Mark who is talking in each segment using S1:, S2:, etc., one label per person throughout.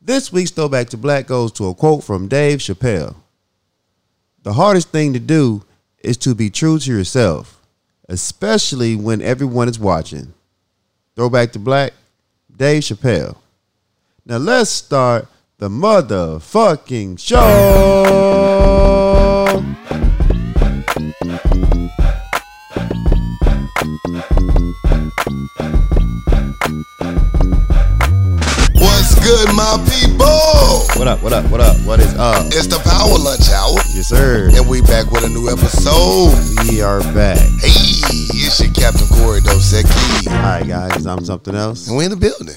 S1: This week's Throwback to Black goes to a quote from Dave Chappelle The hardest thing to do is to be true to yourself, especially when everyone is watching. Throwback to Black, Dave Chappelle. Now let's start the motherfucking show.
S2: What's good, my people?
S1: What up? What up? What up? What is up?
S2: It's the Power Lunch Hour,
S1: Yes, sir.
S2: and we back with a new episode.
S1: We are back.
S2: Hey, it's your Captain Corey Dosecki,
S1: All right, guys. I'm something else.
S2: and we in the building.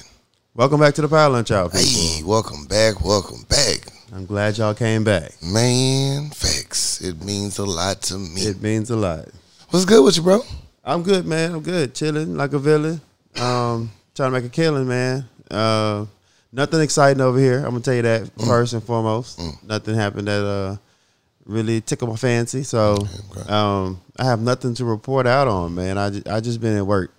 S1: Welcome back to the Power Lunch Hour, people.
S2: Hey, welcome back, welcome back,
S1: I'm glad y'all came back.
S2: man. Facts, it means a lot to me.
S1: It means a lot.
S2: What's good with you, bro?
S1: I'm good, man. I'm good. Chilling like a villain. Um, trying to make a killing, man. Uh, nothing exciting over here. I'm gonna tell you that
S2: Mm.
S1: first and foremost. Nothing happened that uh really tickled my fancy. So
S2: Okay.
S1: um, I have nothing to report out on, man. I just, I just been at work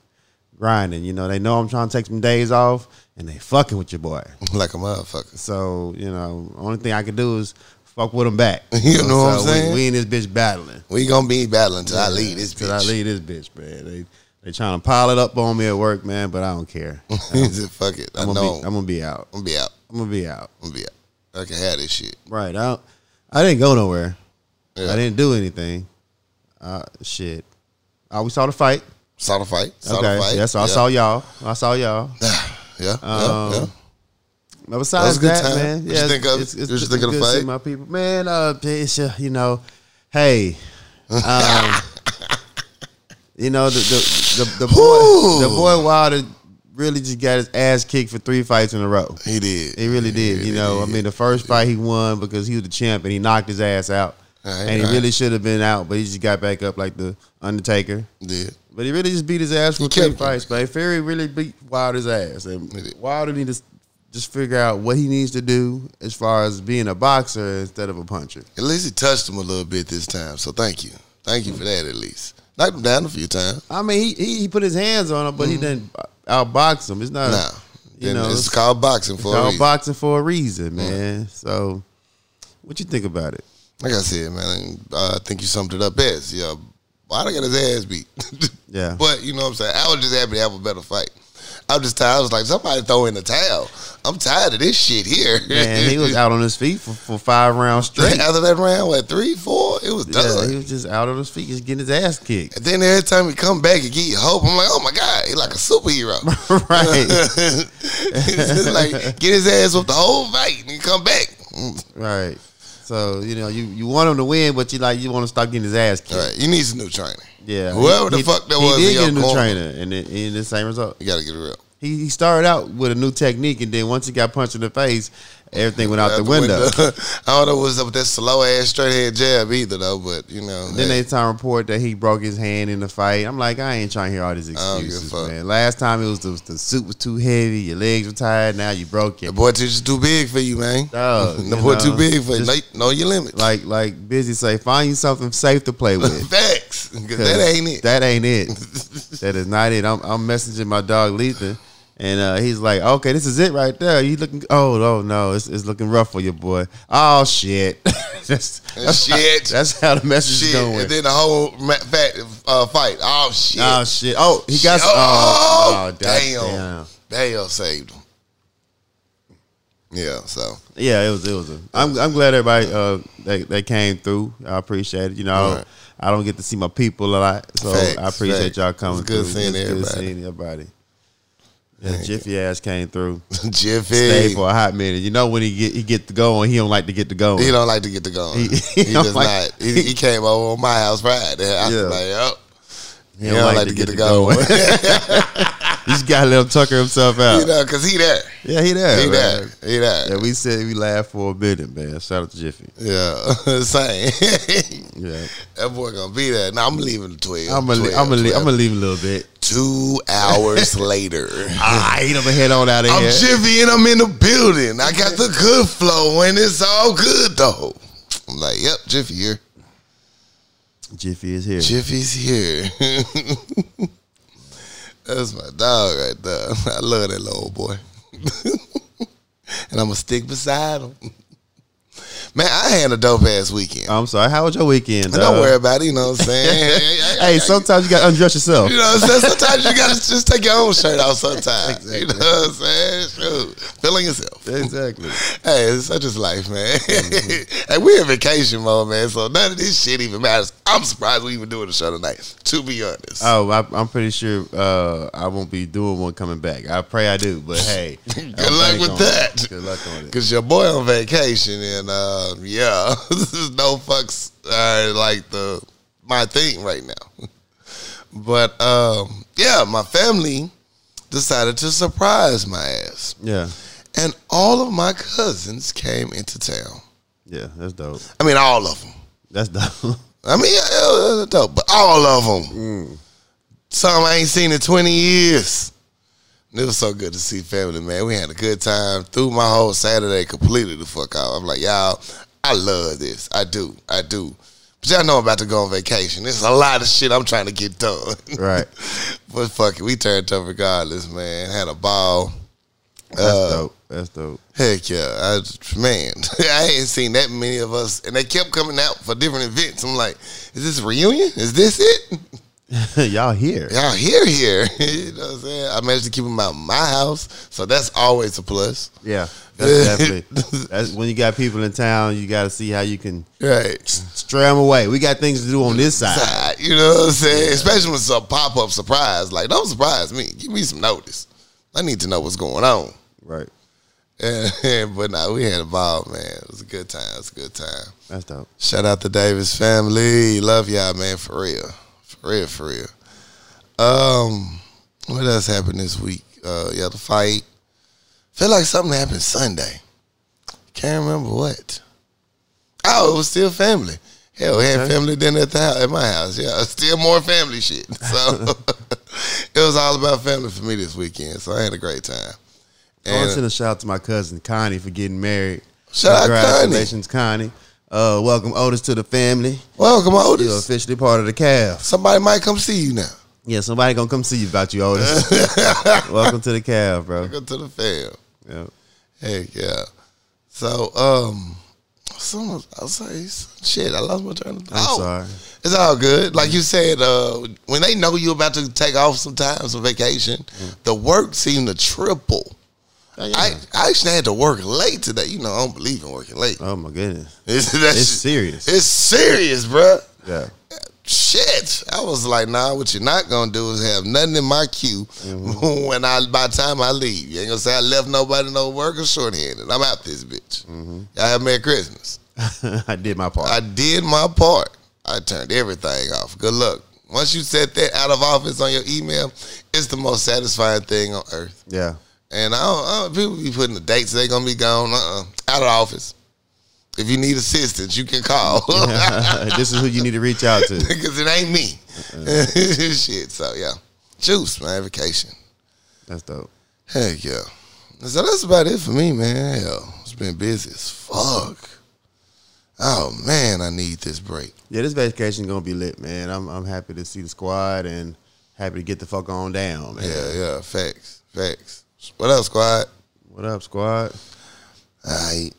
S1: grinding. You know, they know I'm trying to take some days off, and they fucking with your boy.
S2: Like a motherfucker.
S1: So you know, only thing I can do is fuck with them back.
S2: You know what I'm
S1: So we-
S2: saying?
S1: we in this bitch battling.
S2: We gonna be battling till I leave this
S1: Till I
S2: bitch.
S1: leave this bitch, man. They they trying to pile it up on me at work, man, but I don't care. I'm
S2: Fuck it. I
S1: gonna,
S2: know.
S1: be, I'm gonna be out.
S2: I'm gonna be out.
S1: I'm gonna be out.
S2: I'm gonna be out. I can have this shit.
S1: Right out. I didn't go nowhere.
S2: Yeah.
S1: I didn't do anything. Uh, shit. Uh, we saw the fight.
S2: Saw the fight. Saw
S1: okay.
S2: the fight.
S1: Yeah, so I
S2: Yeah.
S1: saw y'all. I saw y'all.
S2: Yeah, yeah,
S1: Um,
S2: yeah.
S1: But besides
S2: That was
S1: that,
S2: a good time.
S1: man,
S2: What you
S1: yeah,
S2: think of it?
S1: it's, it's,
S2: What you
S1: it's
S2: think of the
S1: good to see
S2: fight?
S1: my people, man. Uh, it's, uh, you know, hey, um, you know the the the, the
S2: Whew.
S1: boy the boy Wilder really just got his ass kicked for three fights in a row.
S2: He did.
S1: He really did. You know, I mean, the first fight he won because he was the champ and he knocked his ass out,
S2: All right,
S1: and he
S2: all right.
S1: really should have been out, but he just got back up like the Undertaker.
S2: did.
S1: But he really just beat his ass for
S2: He
S1: three
S2: kept him.
S1: fights. But Fury really beat Wilder's ass, and
S2: He did.
S1: Wilder need to s- just figure out what he needs to do as far as being a boxer instead of a puncher.
S2: At least it touched him a little bit this time. So thank you. Thank you for that at least. Knocked him down a few times.
S1: I mean, he he, he put his hands on him, but he didn't outbox him. It's not,
S2: Mm-hmm. Nah.
S1: you
S2: And
S1: know,
S2: it's called boxing for a
S1: called
S2: reason.
S1: boxing for a reason, man. So, what you think about it?
S2: like I said, man, I think you summed it up best. Yeah. Why got his ass beat?
S1: Yeah.
S2: But you know what I'm saying? I was just happy to have a better fight. I was just tired. I was like, somebody throw in the towel. I'm tired of this shit here.
S1: Man, he was out on his feet for, for five rounds straight.
S2: After that round, what, three, four? It was
S1: Yeah,
S2: done.
S1: he was just out on his feet, just getting his ass kicked.
S2: And then every time he come back and get you hope, I'm like, oh my god, he like a superhero.
S1: Right.
S2: It's like get his ass up the whole fight and he come back. Mm,
S1: Right. So you know you, you want him to win, but you like you want to stop getting his ass kicked.
S2: All right, you need some new trainer.
S1: Yeah.
S2: whoever the
S1: He-
S2: fuck that
S1: he
S2: was,
S1: did
S2: in
S1: get
S2: your
S1: a new
S2: corner,
S1: trainer, and it, and the same result.
S2: You gotta get real.
S1: He, he started out with a new technique, and then once he got punched in the face, everything went out, the, window.
S2: I don't know what's up with that slow ass straight head jab either though, but you know.
S1: Then
S2: hey,
S1: they time report that he broke his hand in the fight. I'm like, I ain't trying to hear all these
S2: don't give a
S1: excuses,
S2: fuck.
S1: man. Last time it was the, the suit was too heavy, your legs were tired. Now you broke
S2: the
S1: it.
S2: boy teacher's too big for you, man.
S1: Dog,
S2: the
S1: you
S2: boy
S1: know,
S2: too big for you.
S1: just-
S2: Know, know your limits.
S1: Like like busy say, find you something safe to play with.
S2: facts. 'Cause that ain't it.
S1: That ain't it. that is not it. I'm, I'm messaging my dog Letha, and uh, he's like, "Okay, this is it right there." You looking? Oh no, no, it's, it's looking rough for your boy. Oh shit, that's, that's how-
S2: Shit.
S1: that's how the message is
S2: shit.
S1: going.
S2: And then the whole ma- fat uh, fight. Oh shit.
S1: oh shit. Oh, he got.
S2: oh,
S1: oh,
S2: damn. damn. saved him. Yeah, so
S1: Yeah, it was. It was. A, I'm. I'm glad everybody uh that, that came through. I appreciate it. You know, I, don't,
S2: Right.
S1: I don't get to see my people a lot, so
S2: Facts,
S1: I appreciate
S2: facts.
S1: y'all coming.
S2: It's good
S1: through.
S2: seeing everybody.
S1: seeing everybody. Yeah, Jiffy ass came through. Stayed
S2: Jiffy.
S1: for a hot minute. You know when he get he get to going, he don't like to get to going.
S2: He don't like to get the gun. He,
S1: He- he don't
S2: does
S1: like-
S2: not. He, he came over on my house Friday. I
S1: Yeah.
S2: was like, yup.
S1: He
S2: He don't like, to get, the gun.
S1: you just gotta let him tucker himself out.
S2: you know, cause he there.
S1: yeah, he there.
S2: He
S1: man.
S2: there. He there.
S1: Yeah, we said we laughed for a minute, man. Shout out to Jiffy.
S2: Yeah. Same.
S1: Yeah,
S2: That boy gonna be there. Now I'm leaving at 12.
S1: I'm gonna
S2: 12,
S1: I'm gonna
S2: 12.
S1: I'm gonna leave a little bit.
S2: Two hours later.
S1: Ah, he done head on out of
S2: I'm
S1: here.
S2: Jiffy and I'm in the building. I got the good flow and it's all good though. I'm like, yep, Jiffy here.
S1: Jiffy is here.
S2: Jiffy's here. That's my dog right there. I love that little boy. and I'm gonna stick beside him. Man, I had a dope ass weekend.
S1: I'm sorry. How was your weekend?
S2: And don't
S1: dog?
S2: worry about it. You know what I'm saying?
S1: Hey, sometimes you got to undress yourself.
S2: You know what I'm saying? Sometimes you gotta just take your own shirt off sometimes. You know what I'm saying? Shoot. Feeling yourself.
S1: Exactly.
S2: Hey, it's such is life, man.
S1: Mm-hmm.
S2: hey, we're in vacation mode, man, so none of this shit even matters. I'm surprised we even doing the show tonight, to be honest.
S1: Oh, I, I'm pretty sure uh, I won't be doing one coming back. I pray I do, but hey,
S2: Good
S1: I'll
S2: luck
S1: bank
S2: with
S1: on
S2: that.
S1: it. Good luck on it.
S2: Cause your boy on vacation and uh, yeah, this is no fucks uh, like the my thing right now. But um, yeah, my family decided to surprise my ass,
S1: Yeah,
S2: and all of my cousins came into town.
S1: yeah, that's dope.
S2: I mean, all of them.
S1: That's dope.
S2: I mean, yeah, yeah, dope, but all of them. Some I ain't seen in 20 years. And It was so good to see family, man. We had a good time through my whole Saturday completely the fuck out. I'm like, y'all, I love this. I do. I do. But y'all know I'm about to go on vacation. There's a lot of shit I'm trying to get done.
S1: right.
S2: but fuck it, we turned up regardless, man. Had a ball.
S1: That's dope. That's dope.
S2: Heck yeah, I just- man, I ain't seen that many of us, and they kept coming out for different events. I'm like, is this a reunion? Is this it?
S1: Y'all here?
S2: Y'all here, here. you know what I'm saying? I managed to keep them out of my house, so that's always a plus.
S1: Yeah, that's definitely. That's when you got people in town. You got to see how you can
S2: Right.
S1: stray them away. We got things to do on this side.
S2: Side, Ah, you know what I'm saying? Especially when it's a pop up surprise. Like, don't surprise me. Give me some notice. I need to know what's going on.
S1: Right.
S2: And, but nah, we had a ball, man. It was a good time. It was a good time.
S1: That's dope.
S2: Shout out to Davis family. Love y'all, man. For real. For real, for real. Um, what else happened this week? Uh yeah, the fight. Feel like something happened Sunday. Can't remember what. Oh, it was still family. Hell, we had family dinner at the house, at my house. Yeah, still more family shit. So it was all about family for me this weekend. So I had a great time.
S1: I want to
S2: And
S1: send a shout out to my cousin Connie for getting married.
S2: Shout out,
S1: Congratulations, Connie. Uh, welcome Otis to the family.
S2: welcome,
S1: You're
S2: Otis.
S1: officially part of the calf.
S2: Somebody might come see you now.
S1: Yeah, somebody gonna come see you about you, Otis. welcome to the calf, bro.
S2: Go to the fam.
S1: Yeah.
S2: Heck yeah. So um, some I was like, shit, I lost my train of thought.
S1: I'm sorry.
S2: It's all good. Like you said, uh, when they know you about to take off some time, some vacation,
S1: Mm.
S2: the work seemed to triple.
S1: Oh,
S2: I, I actually had to work late today. You know, I don't believe in working late.
S1: Oh my goodness.
S2: It's, that's,
S1: It's serious.
S2: It's serious, bruh
S1: Yeah.
S2: shit. I was like, nah, what you're not gonna do is have nothing in my queue when I by the time I leave. You ain't gonna say I left nobody no work or shorthanded. I'm out this bitch. Y'all have a Merry Christmas.
S1: I did my part.
S2: I did my part. I turned everything off. Good luck. Once you set that out of office on your email, it's the most satisfying thing on earth.
S1: yeah.
S2: And I don't, I don't, people be putting the dates they gonna be gone. Uh-uh. Out of office. If you need assistance, you can call.
S1: this is who you need to reach out to.
S2: because it ain't me. Uh-uh. Shit. So yeah, juice man, vacation.
S1: That's dope.
S2: Heck yeah. So that's about it for me, man. Hell, it's been busy as fuck. Oh man, I need this break.
S1: Yeah, this vacation gonna be lit, man. I'm I'm happy to see the squad and happy to get the fuck on down, man.
S2: Yeah, yeah. Facts, facts. What else, squad?
S1: What up, squad?
S2: All right.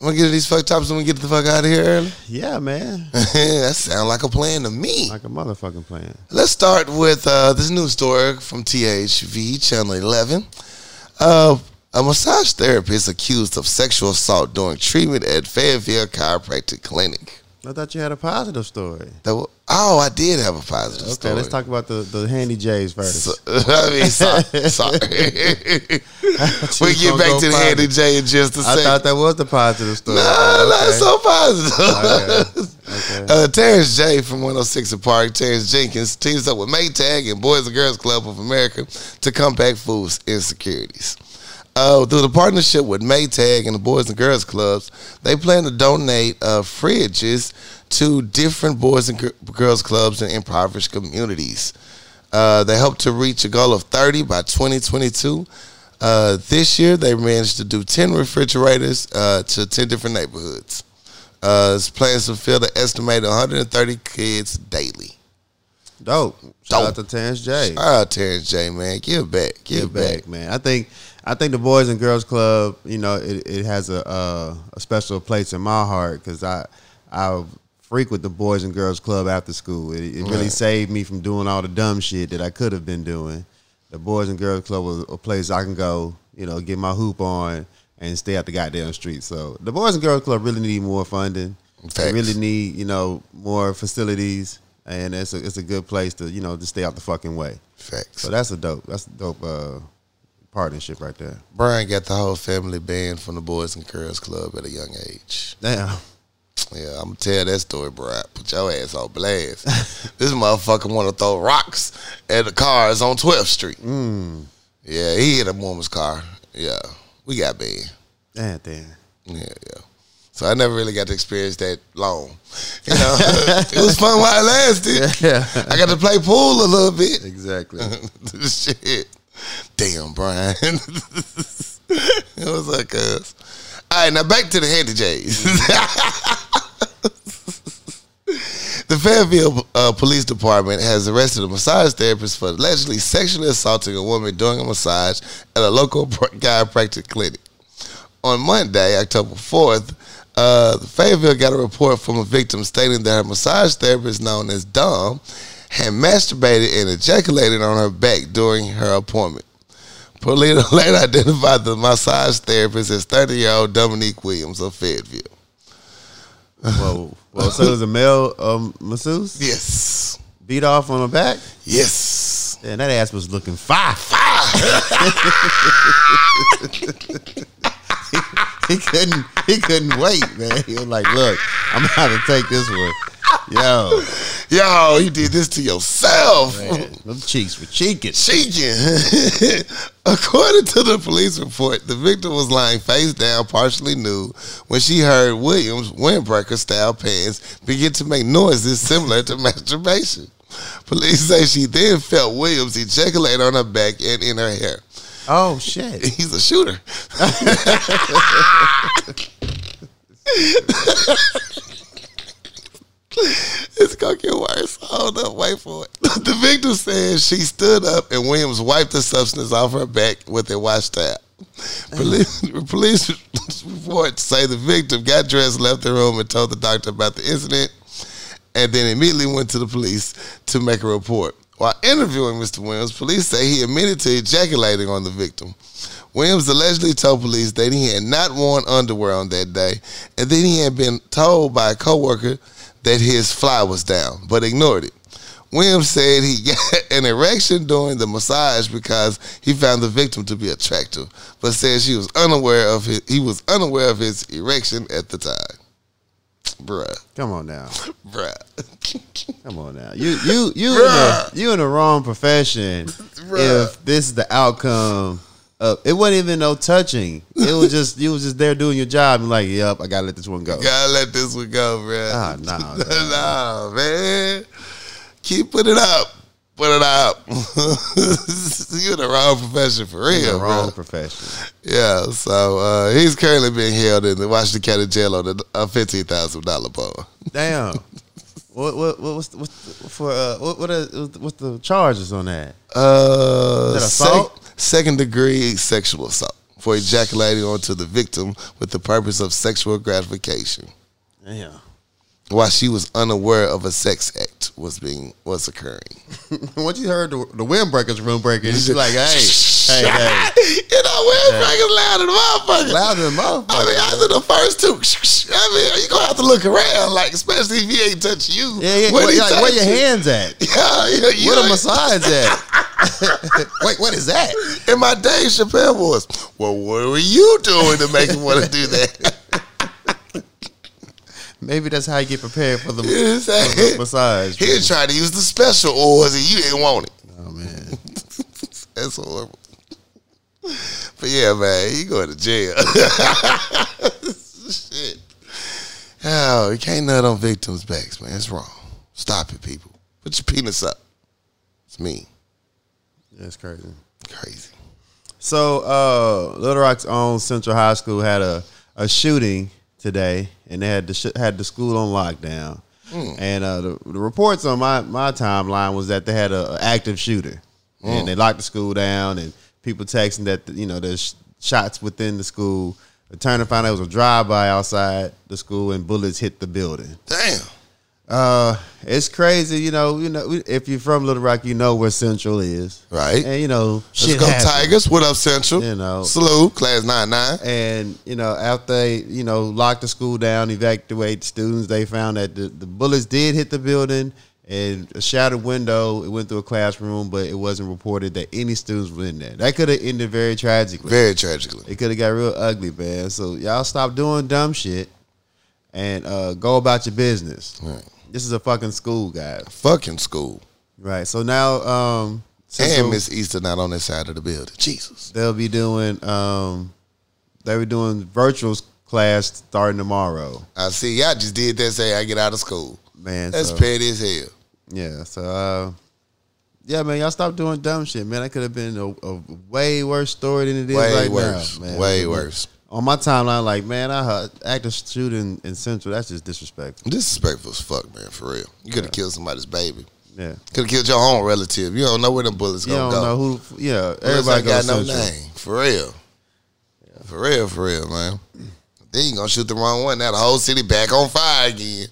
S2: I'm gonna get to these fuck tops and we get the fuck out of here early.
S1: Yeah, man.
S2: that sound like a plan to me.
S1: Like a motherfucking plan.
S2: Let's start with uh, this news story from THV Channel 11. Uh, a massage therapist accused of sexual assault during treatment at Fayetteville Chiropractic Clinic.
S1: I thought you had a positive story.
S2: That wa- oh, I did have a positive
S1: Okay,
S2: story.
S1: let's talk about the, the handy J's first.
S2: So- I mean, sorry. sorry. we
S1: You
S2: get
S1: gonna
S2: back
S1: go
S2: to the
S1: find
S2: handy
S1: it.
S2: J in just a
S1: I
S2: second.
S1: thought that was the positive story.
S2: No, no,
S1: Okay.
S2: it's so positive.
S1: Okay. Okay.
S2: Uh, Terrence J from 106 at Park, Terrence Jenkins teams up with Maytag and Boys and Girls Club of America to combat food insecurities. Uh, through the partnership with Maytag and the Boys and Girls Clubs, they plan to donate uh, fridges to different Boys and Gir- Girls Clubs in impoverished communities. Uh, they hope to reach a goal of 30 by 2022. Uh, this year, they managed to do 10 refrigerators uh, to 10 different neighborhoods. Uh, it's plans to fill the estimated 130 kids daily.
S1: Dope. Shout
S2: Dope.
S1: out to Terrence J.
S2: All right, Terrence J, man, give back,
S1: Get
S2: give, back.
S1: back, man. I think I I think the Boys and Girls Club, you know, it, it has a, uh, a special place in my heart because I I frequent the Boys and Girls Club after school. It, it really
S2: Right.
S1: saved me from doing all the dumb shit that I could have been doing. The Boys and Girls Club was a place I can go, you know, get my hoop on and stay out the goddamn street. So the Boys and Girls Club really need more funding. They
S2: Facts.
S1: really need, you know, more facilities, and it's a it's a good place to, you know, just stay out the fucking way.
S2: Facts.
S1: So that's a dope. That's a dope uh, partnership right there.
S2: Brian got the whole family banned from the Boys and Girls Club at a young age.
S1: Damn.
S2: Yeah, I'm gonna tell that story, bro. Put your ass on blast. this motherfucker want to throw rocks at the cars on 12th Street. Mm. Yeah, he hit a woman's car. Yeah, we got banned.
S1: Damn, damn.
S2: Yeah, yeah. So I never really got to experience that long. You know, it was fun while it lasted.
S1: Yeah.
S2: I got to play pool a little bit.
S1: Exactly.
S2: Shit. Damn, Brian. it was like us. All right, now back to the Handy Jays. the Fayetteville uh, Police Department has arrested a massage therapist for allegedly sexually assaulting a woman during a massage at a local pr- chiropractic clinic. On Monday, October 4th, uh, Fayetteville got a report from a victim stating that her massage therapist, known as Dom, had masturbated and ejaculated on her back during her appointment. Polito later identified the massage therapist as 30 year old Dominique Williams of Fayetteville.
S1: Whoa. Well, so there's a male um, masseuse
S2: Yes.
S1: beat off on the back,
S2: Yes.
S1: and that ass was looking fire. he couldn't. He couldn't wait, man. He was like, "Look, I'm about to take this one." Yo,
S2: Yo, you did this to yourself.
S1: man, them cheeks were cheeking.
S2: Cheeking. According to the police report, the victim was lying face down, partially nude, when she heard Williams' windbreaker style pants begin to make noises similar to masturbation. Police say she then felt Williams ejaculate on her back and in her hair.
S1: Oh shit!
S2: He's a shooter. it's gonna get worse. Hold up, wait for it. The victim says she stood up and Williams wiped the substance off her back with a wash towel. Uh-huh. Police, police reports say the victim got dressed, left the room, and told the doctor about the incident, and then immediately went to the police to make a report. While interviewing Mr. Williams, police say he admitted to ejaculating on the victim. Williams allegedly told police that he had not worn underwear on that day, and then he had been told by a coworker that his fly was down, but ignored it. Williams said he got an erection during the massage because he found the victim to be attractive, but said she was unaware of his, he was unaware of his erection at the time. Bruh,
S1: Come on now.
S2: bruh.
S1: Come on now, you you you in the, you in the wrong profession.
S2: Bruh.
S1: If this is the outcome, of, it wasn't even no touching. It was just you was just there doing your job and like, yep, I gotta let this one go.
S2: Gotta let this one go, bruh.
S1: Ah, nah,
S2: nah, man. Keep putting it up. Put it up. you in the wrong profession for real,
S1: You're in the wrong
S2: bruh.
S1: profession.
S2: Yeah, so uh, he's currently being held in the Washington County Jail on a a fifteen thousand dollar bond.
S1: Damn. what what what what's, what's for uh, what what are, what's the charges on that?
S2: Uh,
S1: Is that assault?
S2: second degree sexual assault for ejaculating onto the victim with the purpose of sexual gratification
S1: Damn.
S2: while she was unaware of a sex act was being was occurring.
S1: Once you heard the, the windbreakers, room breakers, she's like, hey, hey, hey,
S2: you know, windbreakers louder than motherfuckers.
S1: louder than
S2: I mean,
S1: motherfucker.
S2: after the first two, I mean, you gonna have to look around, like especially if he ain't touch you.
S1: Yeah, yeah.
S2: When
S1: Where,
S2: he
S1: like, where
S2: touch
S1: your
S2: you-
S1: hands at?
S2: Yeah, yeah, yeah.
S1: Where the massage at? Wait, what is that?
S2: In my Dave Chappelle voice. Well, what were you doing to make him want to do that?
S1: Maybe that's how you get prepared for the,
S2: It's like-
S1: for the massage.
S2: he tried to use the special oils and you didn't want it.
S1: Oh man,
S2: That's horrible. But yeah, man, he going to jail. Shit. Oh, you can't nut on victims' backs, man. It's wrong. Stop it, people. Put your penis up. It's me.
S1: that's crazy.
S2: Crazy.
S1: So, uh, Little Rock's own Central High School had a, a shooting today, and they had the sh- had the school on lockdown. And uh, the, the reports on my, my timeline was that they had an active shooter, and they locked the school down, and people texting that you know there's shots within the school. The turner found out it was a drive-by outside the school, and bullets hit the building.
S2: Damn.
S1: Uh, it's crazy, you know. You know, we- if you're from Little Rock, you know where Central is,
S2: Right.
S1: And you know,
S2: Let's
S1: shit
S2: go
S1: happens.
S2: Tigers. What up, Central?
S1: You know.
S2: Salute, class nine nine.
S1: And you know, after they you know locked the school down, evacuate students, they found that the, the bullets did hit the building and a shattered window. It went through a classroom, but it wasn't reported that any students were in there. That could have ended very tragically.
S2: Very tragically.
S1: It could have got real ugly, man. So y'all stop doing dumb shit and uh, go about your business.
S2: Right.
S1: This is a fucking school, guys.
S2: Fucking school.
S1: Right. So now, um,
S2: And
S1: Central-
S2: Miss Easter not on that side of the building. Jesus.
S1: they'll be doing um, they were doing virtual class starting tomorrow.
S2: I see. Y'all just did that. Say I get out of school.
S1: Man,
S2: That's
S1: so-
S2: petty as hell.
S1: Yeah. So, uh, yeah, man, y'all stop doing dumb shit, man. That could have been a, a way worse story than it is
S2: Way
S1: right
S2: worse.
S1: now, man.
S2: Way worse.
S1: On my timeline, like, man, I heard active shooting in Central. That's just disrespectful.
S2: Disrespectful as fuck, man. For real. You could have killed somebody's baby.
S1: Yeah.
S2: Could have killed your own relative. You don't know where them bullets
S1: You
S2: gonna
S1: don't
S2: go.
S1: know who. Yeah,
S2: Unless
S1: everybody
S2: I got
S1: goes
S2: no
S1: Central.
S2: name. For real. For real, for real, man. Then you gonna shoot the wrong one. Now the whole city back on fire again.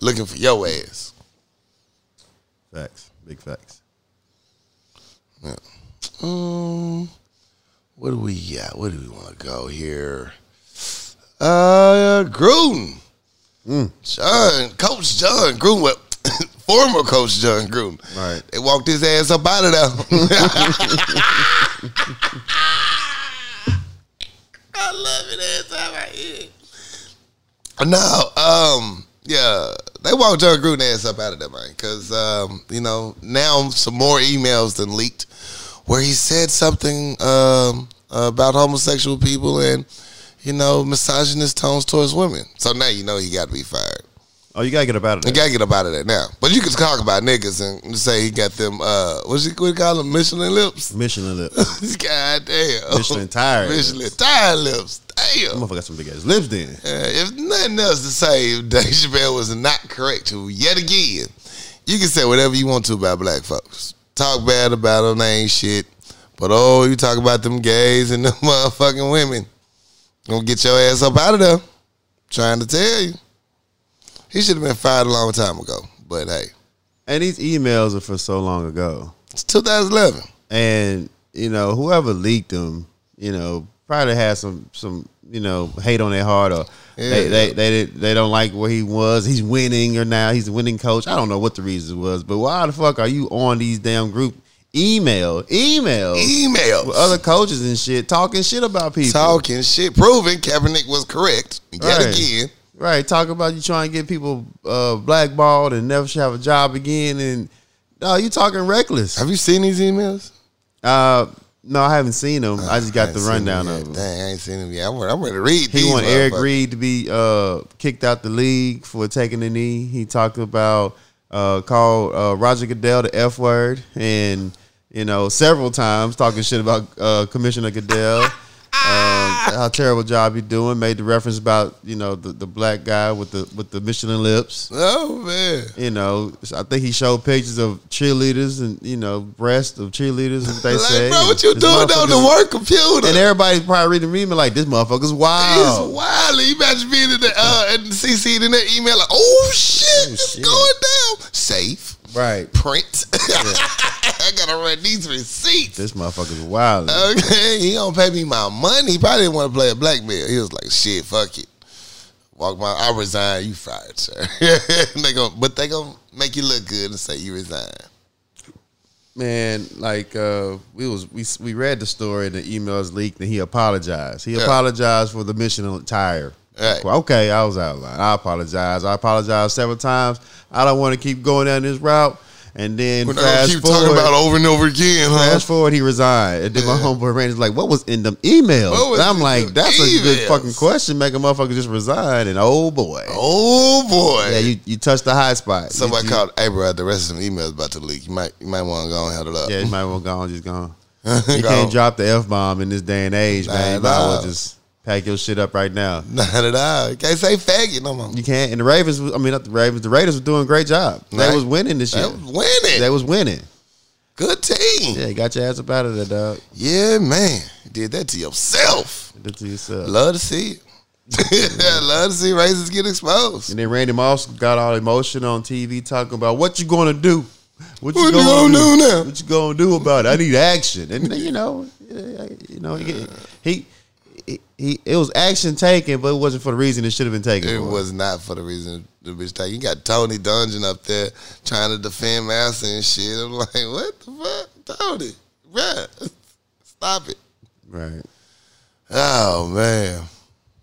S2: Looking for your ass.
S1: Facts, big facts.
S2: Yeah. Um, what do we got? What do we want to go here? Uh, Gruden. John, Coach John Gruden, well, former Coach John Gruden.
S1: Right.
S2: They walked his ass up out of there. I love it every time I hear it. No, um, yeah, they walked John Gruden ass up out of there, man, because um, you know now some more emails than leaked, where he said something um, about homosexual people and you know misogynist tones towards women. So now you know he got to be fired.
S1: Oh, you gotta get up out of
S2: You
S1: there.
S2: gotta get up out of that now. But you can talk about niggas and say he got them. Uh, what's he what you call them? Michelin lips.
S1: Michelin lip.
S2: God damn.
S1: Michelin tire.
S2: Michelin tire lips. Damn.
S1: Motherfucker got some big ass lips. Then
S2: Uh, if nothing else to say, Dave Chappelle was not correct who yet again. You can say whatever you want to about black folks. Talk bad about them, they ain't shit. But oh, you talk about them gays and them motherfucking women. Gonna get your ass up out of there. Trying to tell you. He should have been fired a long time ago. But hey,
S1: and these emails are for so long ago.
S2: it's 2011.
S1: and you know whoever leaked them, you know probably had some some you know hate on their heart or they,
S2: Yeah.
S1: they they did- they don't like where he was. He's winning or now he's a winning coach. I don't know what the reason was, but why the fuck are you on these damn group email email
S2: E- Emails.
S1: with other coaches and shit talking shit about people?
S2: talking shit, proving Kaepernick was correct yet
S1: Right.
S2: again.
S1: Right, talk about you trying to get people uh, blackballed and never should have a job again, and no, you talking reckless.
S2: Have you seen these emails?
S1: Uh, no, I haven't seen them. I just got
S2: Uh, ain't
S1: the
S2: seen
S1: rundown
S2: them
S1: of
S2: yet.
S1: them.
S2: Dang, I ain't seen him yet. I'm, re- I'm ready to read.
S1: He
S2: these
S1: wanted Eric
S2: motherfuckers.
S1: Reed to be uh, kicked out the league for taking the knee. He talked about uh, called uh, Roger Goodell the F word, and you know several times talking shit about uh, Commissioner Goodell, um, how terrible job he doing. Made the reference about you know the, the black guy with the with the Michelin lips.
S2: Oh man,
S1: You know, I think he showed pictures of cheerleaders and you know breasts of cheerleaders. What they
S2: like,
S1: say,
S2: bro, what you
S1: This
S2: doing on the
S1: motherfucker's-
S2: work computer?
S1: And Oh. everybody's probably reading me like this motherfucker's
S2: He's
S1: wild.
S2: wild. You imagine being in the uh, and CC'd in that email like, oh shit, it's
S1: shit.
S2: going down. Safe
S1: Right.
S2: print. I gotta run these receipts.
S1: This motherfucker's wild.
S2: okay, he don't pay me my money. He probably didn't want to play a blackmail. He was like, shit, fuck it. Walk my, I resign. You fired, sir. they going but they gonna make you look good and say you resign.
S1: Man, like uh, we was we we read the story and the emails leaked and he apologized. He apologized for the Michelin tire.
S2: Right.
S1: Well, okay, I was out of line. I apologize. I apologize several times. I don't want to keep going down this route. And then
S2: We're not gonna
S1: fast
S2: keep
S1: forward,
S2: talking about it over and over again, huh?
S1: fast forward, he resigned. And then my homeboy Randy's like, "What was in them emails?"
S2: What was
S1: And I'm
S2: in
S1: like,
S2: them
S1: "That's a good
S2: emails?"
S1: fucking question. Make a motherfucker just resign." And oh boy,
S2: Oh boy.
S1: yeah, you you touched the high spot. You-
S2: Somebody
S1: you-
S2: called, hey bro, the rest of them emails about to leak. You might you might want to go and handle it up.
S1: Yeah, you might want to go on, just gone.
S2: Go
S1: You
S2: on.
S1: can't drop the F bomb in this day and age, man.
S2: Nah,
S1: you might as well
S2: nah.
S1: just pack your shit up right now.
S2: Not at all. You can't say faggot no more.
S1: You can't. And the Ravens, was- I mean, not the Ravens, the Raiders were doing a great job. They
S2: Right.
S1: was winning this
S2: They
S1: year.
S2: was winning.
S1: They was winning.
S2: Good team.
S1: Yeah, got your ass up out of there, dog.
S2: Yeah, man. You did that to yourself.
S1: Did to yourself.
S2: Love to see it. Love to see racists get exposed.
S1: And then Randy Moss got all emotional on TV talking about what you gonna do. What you
S2: What you
S1: gonna,
S2: gonna
S1: do?
S2: do now?
S1: What you gonna do about it? I need action. And you know, yeah, you know, he, he, he, it was action taken, but it wasn't for the reason it should have been taken.
S2: It
S1: for.
S2: was not for the reason the bitch take. You got Tony Dungeon up there trying to defend Massa and shit. I'm like, what the fuck? Tony, bruh, stop it.
S1: right.
S2: Oh man.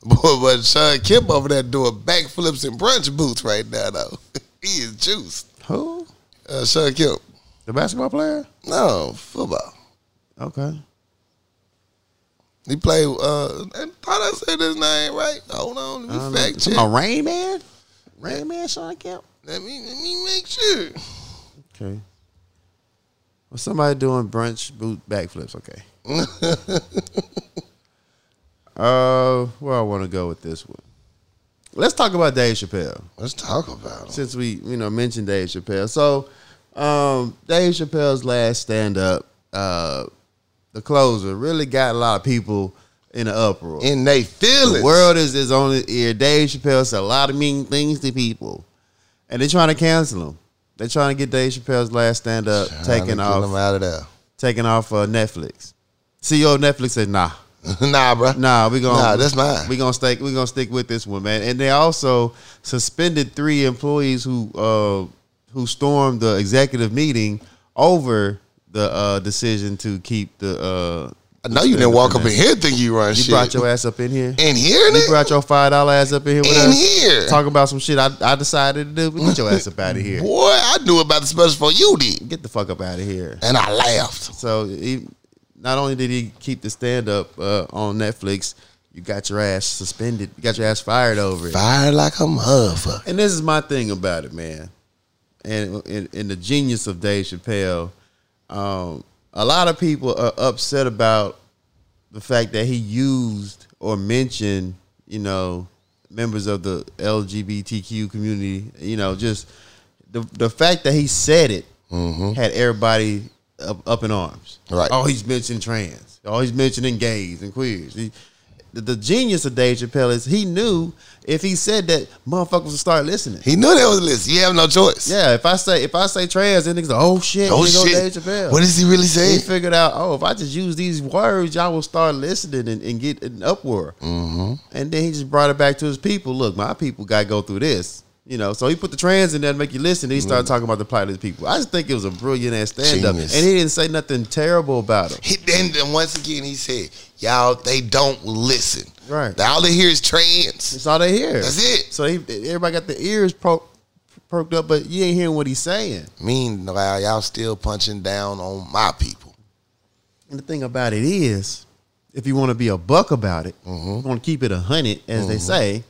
S2: Boy, but Sean Kemp over there doing backflips and brunch boots right now though. he is juiced.
S1: Who?
S2: Uh, Sean Kemp.
S1: The basketball player?
S2: No, football.
S1: Okay.
S2: He played uh I thought I said his name right. Hold Uh, on,
S1: I don't
S2: let me
S1: know. Talking
S2: fact check.
S1: about Oh, Rain Man. Rain Man, Sean Kemp.
S2: Let me let me make sure.
S1: Okay. Well, somebody doing brunch boot backflips. Okay. uh, where I want to go with this one. Let's talk about Dave Chappelle
S2: Let's talk about him.
S1: since we you know mentioned Dave Chappelle. So, um, Dave Chappelle's last stand up, uh, the closer, really got a lot of people in an uproar.
S2: And they feel
S1: The
S2: it.
S1: world is, is on his ear. Dave Chappelle said a lot of mean things to people. And they're trying to cancel him. They're trying to get Dave Chappelle's last stand up taken
S2: them
S1: off
S2: out of there.
S1: taken off uh, Netflix. CEO of Netflix said, nah.
S2: nah, bro.
S1: Nah, we gonna
S2: Nah, that's mine.
S1: We gonna stick we gonna stick with this one, man. And they also suspended three employees who uh who stormed the executive meeting over the uh decision to keep the uh
S2: I know you didn't walk up in here thinking you run
S1: you
S2: shit.
S1: brought your ass up in here.
S2: in here,
S1: You
S2: nigga?
S1: brought your five dollar ass up in here with
S2: In
S1: us.
S2: here.
S1: Talking about some shit I, I decided to do. But get your ass up out of here.
S2: Boy, I knew about the special for you did.
S1: Get the fuck up out of here.
S2: And I laughed.
S1: So he, not only did he keep the stand up uh, on Netflix, you got your ass suspended. You got your ass fired over it.
S2: Fired like a motherfucker.
S1: And this is my thing about it, man. And and, and the genius of Dave Chappelle, um, a lot of people are upset about the fact that he used or mentioned, you know, members of the LGBTQ community. You know, just the the fact that he said it had everybody up, up in arms.
S2: Right.
S1: Oh, he's mentioned trans. Oh, he's mentioning gays and queers. He- the, the genius of Dave Chappelle is he knew if he said that, motherfuckers would start listening.
S2: He knew that was a list. You have no choice.
S1: yeah, if I say if I say trans, then niggas like, oh shit,
S2: Oh
S1: here go
S2: shit.
S1: Dave Chappelle.
S2: What is he really
S1: he
S2: saying?
S1: figured out, oh, if I just use these words, y'all will start listening and, and get an uproar. Mm-hmm. And then he just brought it back to his people. Look, my people got to go through this. You know, so he put the trans in there to make you listen. Then he started talking about the plight of his people. I just think it was a brilliant ass stand up, and
S2: Mm-hmm. Genius.
S1: he didn't say nothing terrible about him.
S2: He, then, then once again, he said, "Y'all, they don't listen.
S1: Right.
S2: All they hear is trans.
S1: That's all they hear.
S2: That's it.
S1: So he, everybody got the ears pro- perked up, but you ain't hearing what he's saying.
S2: Meanwhile, y'all still punching down on my people.
S1: And the thing about it is, if you want to be a buck about it,
S2: Mm-hmm.
S1: you want to keep it a hundred, as they say.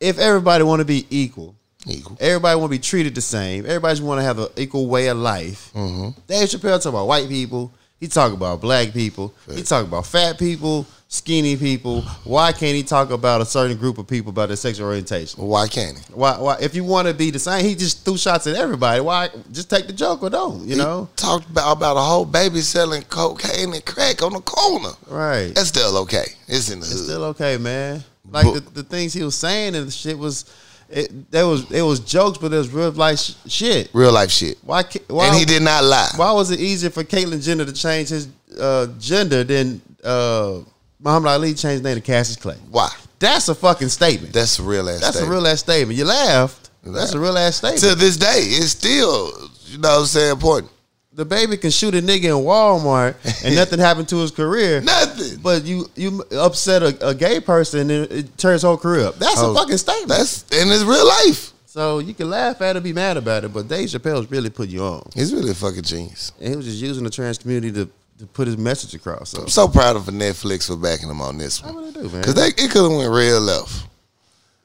S1: If everybody want to be equal,
S2: Equal.
S1: everybody want to be treated the same, everybody want to have an equal way of life.
S2: Mm-hmm.
S1: Dave Chappelle talk about white people. He talk about black people. He talk about fat people, skinny people. Why can't he talk about a certain group of people about their sexual orientation?
S2: Why can't he?
S1: Why, why? If you want to be the same, he just threw shots at everybody. Why? Just take the joke or don't. You know,
S2: He talked about, about a whole baby selling cocaine and crack on the corner.
S1: right?
S2: That's still okay. It's in the
S1: It's
S2: hood.
S1: still okay, man. Like
S2: But-
S1: the, the things he was saying and the shit was, it there was it was jokes, but it was real life sh- shit.
S2: Real life shit.
S1: Why? ca- Why?
S2: and he did not lie.
S1: Why was it easier for Caitlyn Jenner to change his uh, gender than uh, Muhammad Ali changed his name to Cassius Clay?
S2: Why?
S1: That's a fucking statement.
S2: That's a real ass.
S1: That's
S2: statement.
S1: a real ass statement. You laughed. That's a real ass statement.
S2: to this day, it's still, you know what I'm saying, important.
S1: the baby can shoot a nigga in Walmart and nothing happened to his career.
S2: Nothing.
S1: But you you upset a, a gay person and it turns whole career up. That's
S2: Oh,
S1: a fucking statement.
S2: That's in his real life.
S1: so you can laugh at it, be mad about it, but Dave Chappelle's really put you on.
S2: He's really a fucking genius.
S1: And he was just using the trans community to, to put his message across. So
S2: I'm so proud of Netflix for backing him on this
S1: I
S2: one.
S1: really do, man.
S2: Because it could have went real left.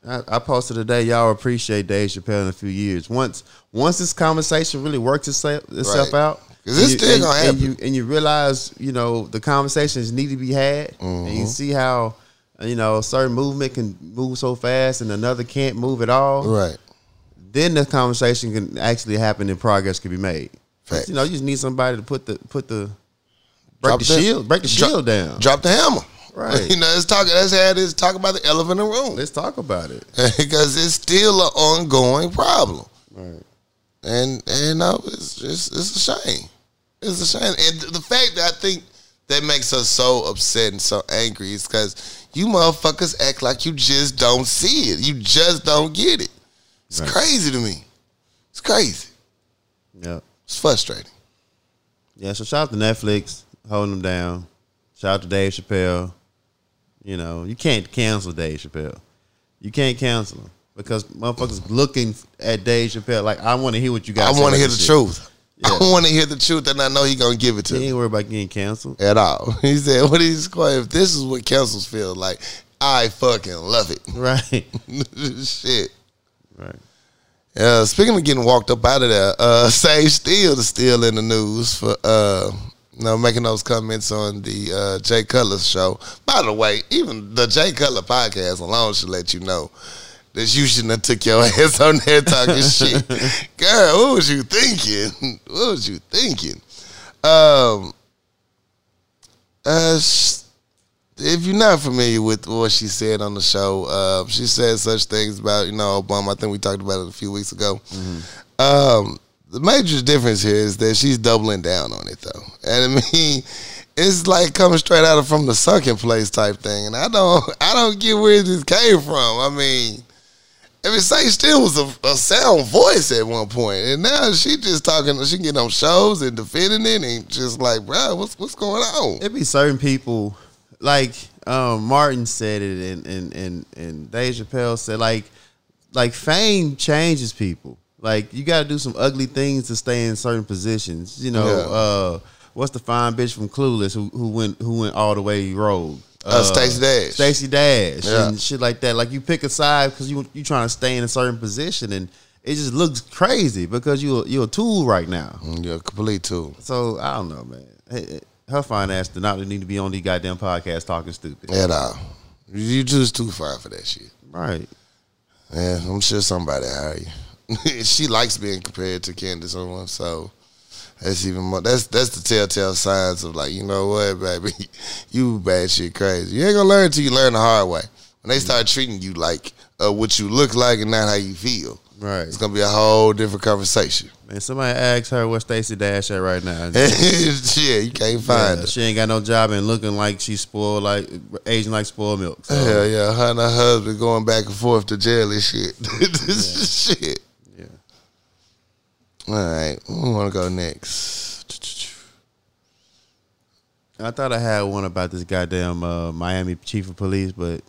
S1: I, I posted today, y'all appreciate Dave Chappelle in a few years. Once once this conversation really works itself, itself
S2: Right.
S1: out,
S2: 'Cause it's
S1: and you-
S2: still
S1: and-
S2: gonna
S1: and you, and you realize, you know, the conversations need to be had, and
S2: Mm-hmm.
S1: you see how, you know, a certain movement can move so fast and another can't move at all.
S2: Right.
S1: Then the conversation can actually happen and progress can be made.
S2: Facts.
S1: You know, you just need somebody to put the put the break
S2: Drop
S1: the
S2: that-
S1: shield, break the
S2: drop-
S1: shield down.
S2: Drop the hammer.
S1: Right.
S2: You know, let's talk. Let's have this talk about the elephant in the room
S1: Let's talk about it.
S2: because it's still an ongoing problem.
S1: Right.
S2: and and uh, it's, it's it's a shame. It's a shame, and th- the fact that I think that makes us so upset and so angry is because you motherfuckers act like you just don't see it. You just don't get it. It's
S1: Right.
S2: crazy to me. It's crazy.
S1: Yep.
S2: It's frustrating.
S1: Yeah, so shout out to Netflix holding them down. Shout out to Dave Chappelle. You know, you can't cancel Dave Chappelle. You can't cancel him because motherfuckers looking at Dave Chappelle like I want to hear what you
S2: I
S1: got.
S2: want to hear the truth.
S1: Yeah.
S2: I want to hear the truth, and I know he gonna give it to
S1: He
S2: me
S1: ain't worried about getting canceled.
S2: at all. He said, "What is quite? If this is what councils feel like, I fucking love
S1: Right.
S2: it." Shit.
S1: Right.
S2: Uh, speaking of getting walked up out of there, uh, Sage Steele is still in the news for uh, you know, making those comments on the uh, Jay Cutler show. By the way, even the Jay Cutler podcast alone should let you know that you shouldn't have took your ass on there talking shit. Girl, what was you thinking? What was you thinking? Um, uh, sh- if you're not familiar with what she said on the show, uh, she said such things about you know Obama. I think we talked about it a few weeks ago. Um, the major difference here is that she's doubling down on it, though, and I mean, it's like coming straight out of from the sunken place type thing. And I don't, I don't get where this came from. I mean. I mean, Sage still was a, a sound voice at one point, and now she just talking. She getting on shows and defending it, and just like, bro, what's what's going on?
S1: It be certain people like um, Martin said it and and and and Dave Chappelle said like like fame changes people. Like you got to do some ugly things to stay in certain positions. You know,
S2: Yeah.
S1: uh, what's the fine bitch from Clueless who who went who went all the way rogue?
S2: Uh, Stacey Dash.
S1: Stacey Dash
S2: Yeah.
S1: and shit like that. Like you pick a side because you you trying to stay in a certain position and it just looks crazy because you a- you a tool right now.
S2: Yeah, complete too.
S1: So I don't know, man. Hey, hey, Her fine ass did not need to be on the goddamn podcast talking stupid.
S2: At all. You just too fine for that shit.
S1: Right.
S2: Yeah, I'm sure somebody hire you. she likes being compared to Candace Owens, so that's even more. That's that's the telltale signs of like, you know what, baby, you bad shit crazy. You ain't gonna learn till you learn the hard way. When they start treating you like uh, what you look like and not how you feel,
S1: Right.
S2: it's gonna be a whole different conversation.
S1: Man, somebody asked her where Stacey Dash at right now.
S2: yeah, you
S1: Yeah,
S2: can't find her.
S1: she ain't got no job and looking like she's spoiled, like aging like spoiled milk. So,
S2: Hell yeah, her and her husband going back and forth to jail and shit. this is shit.
S1: yeah.
S2: All right, we want to go next.
S1: I thought I had one about this goddamn uh, Miami chief of police, but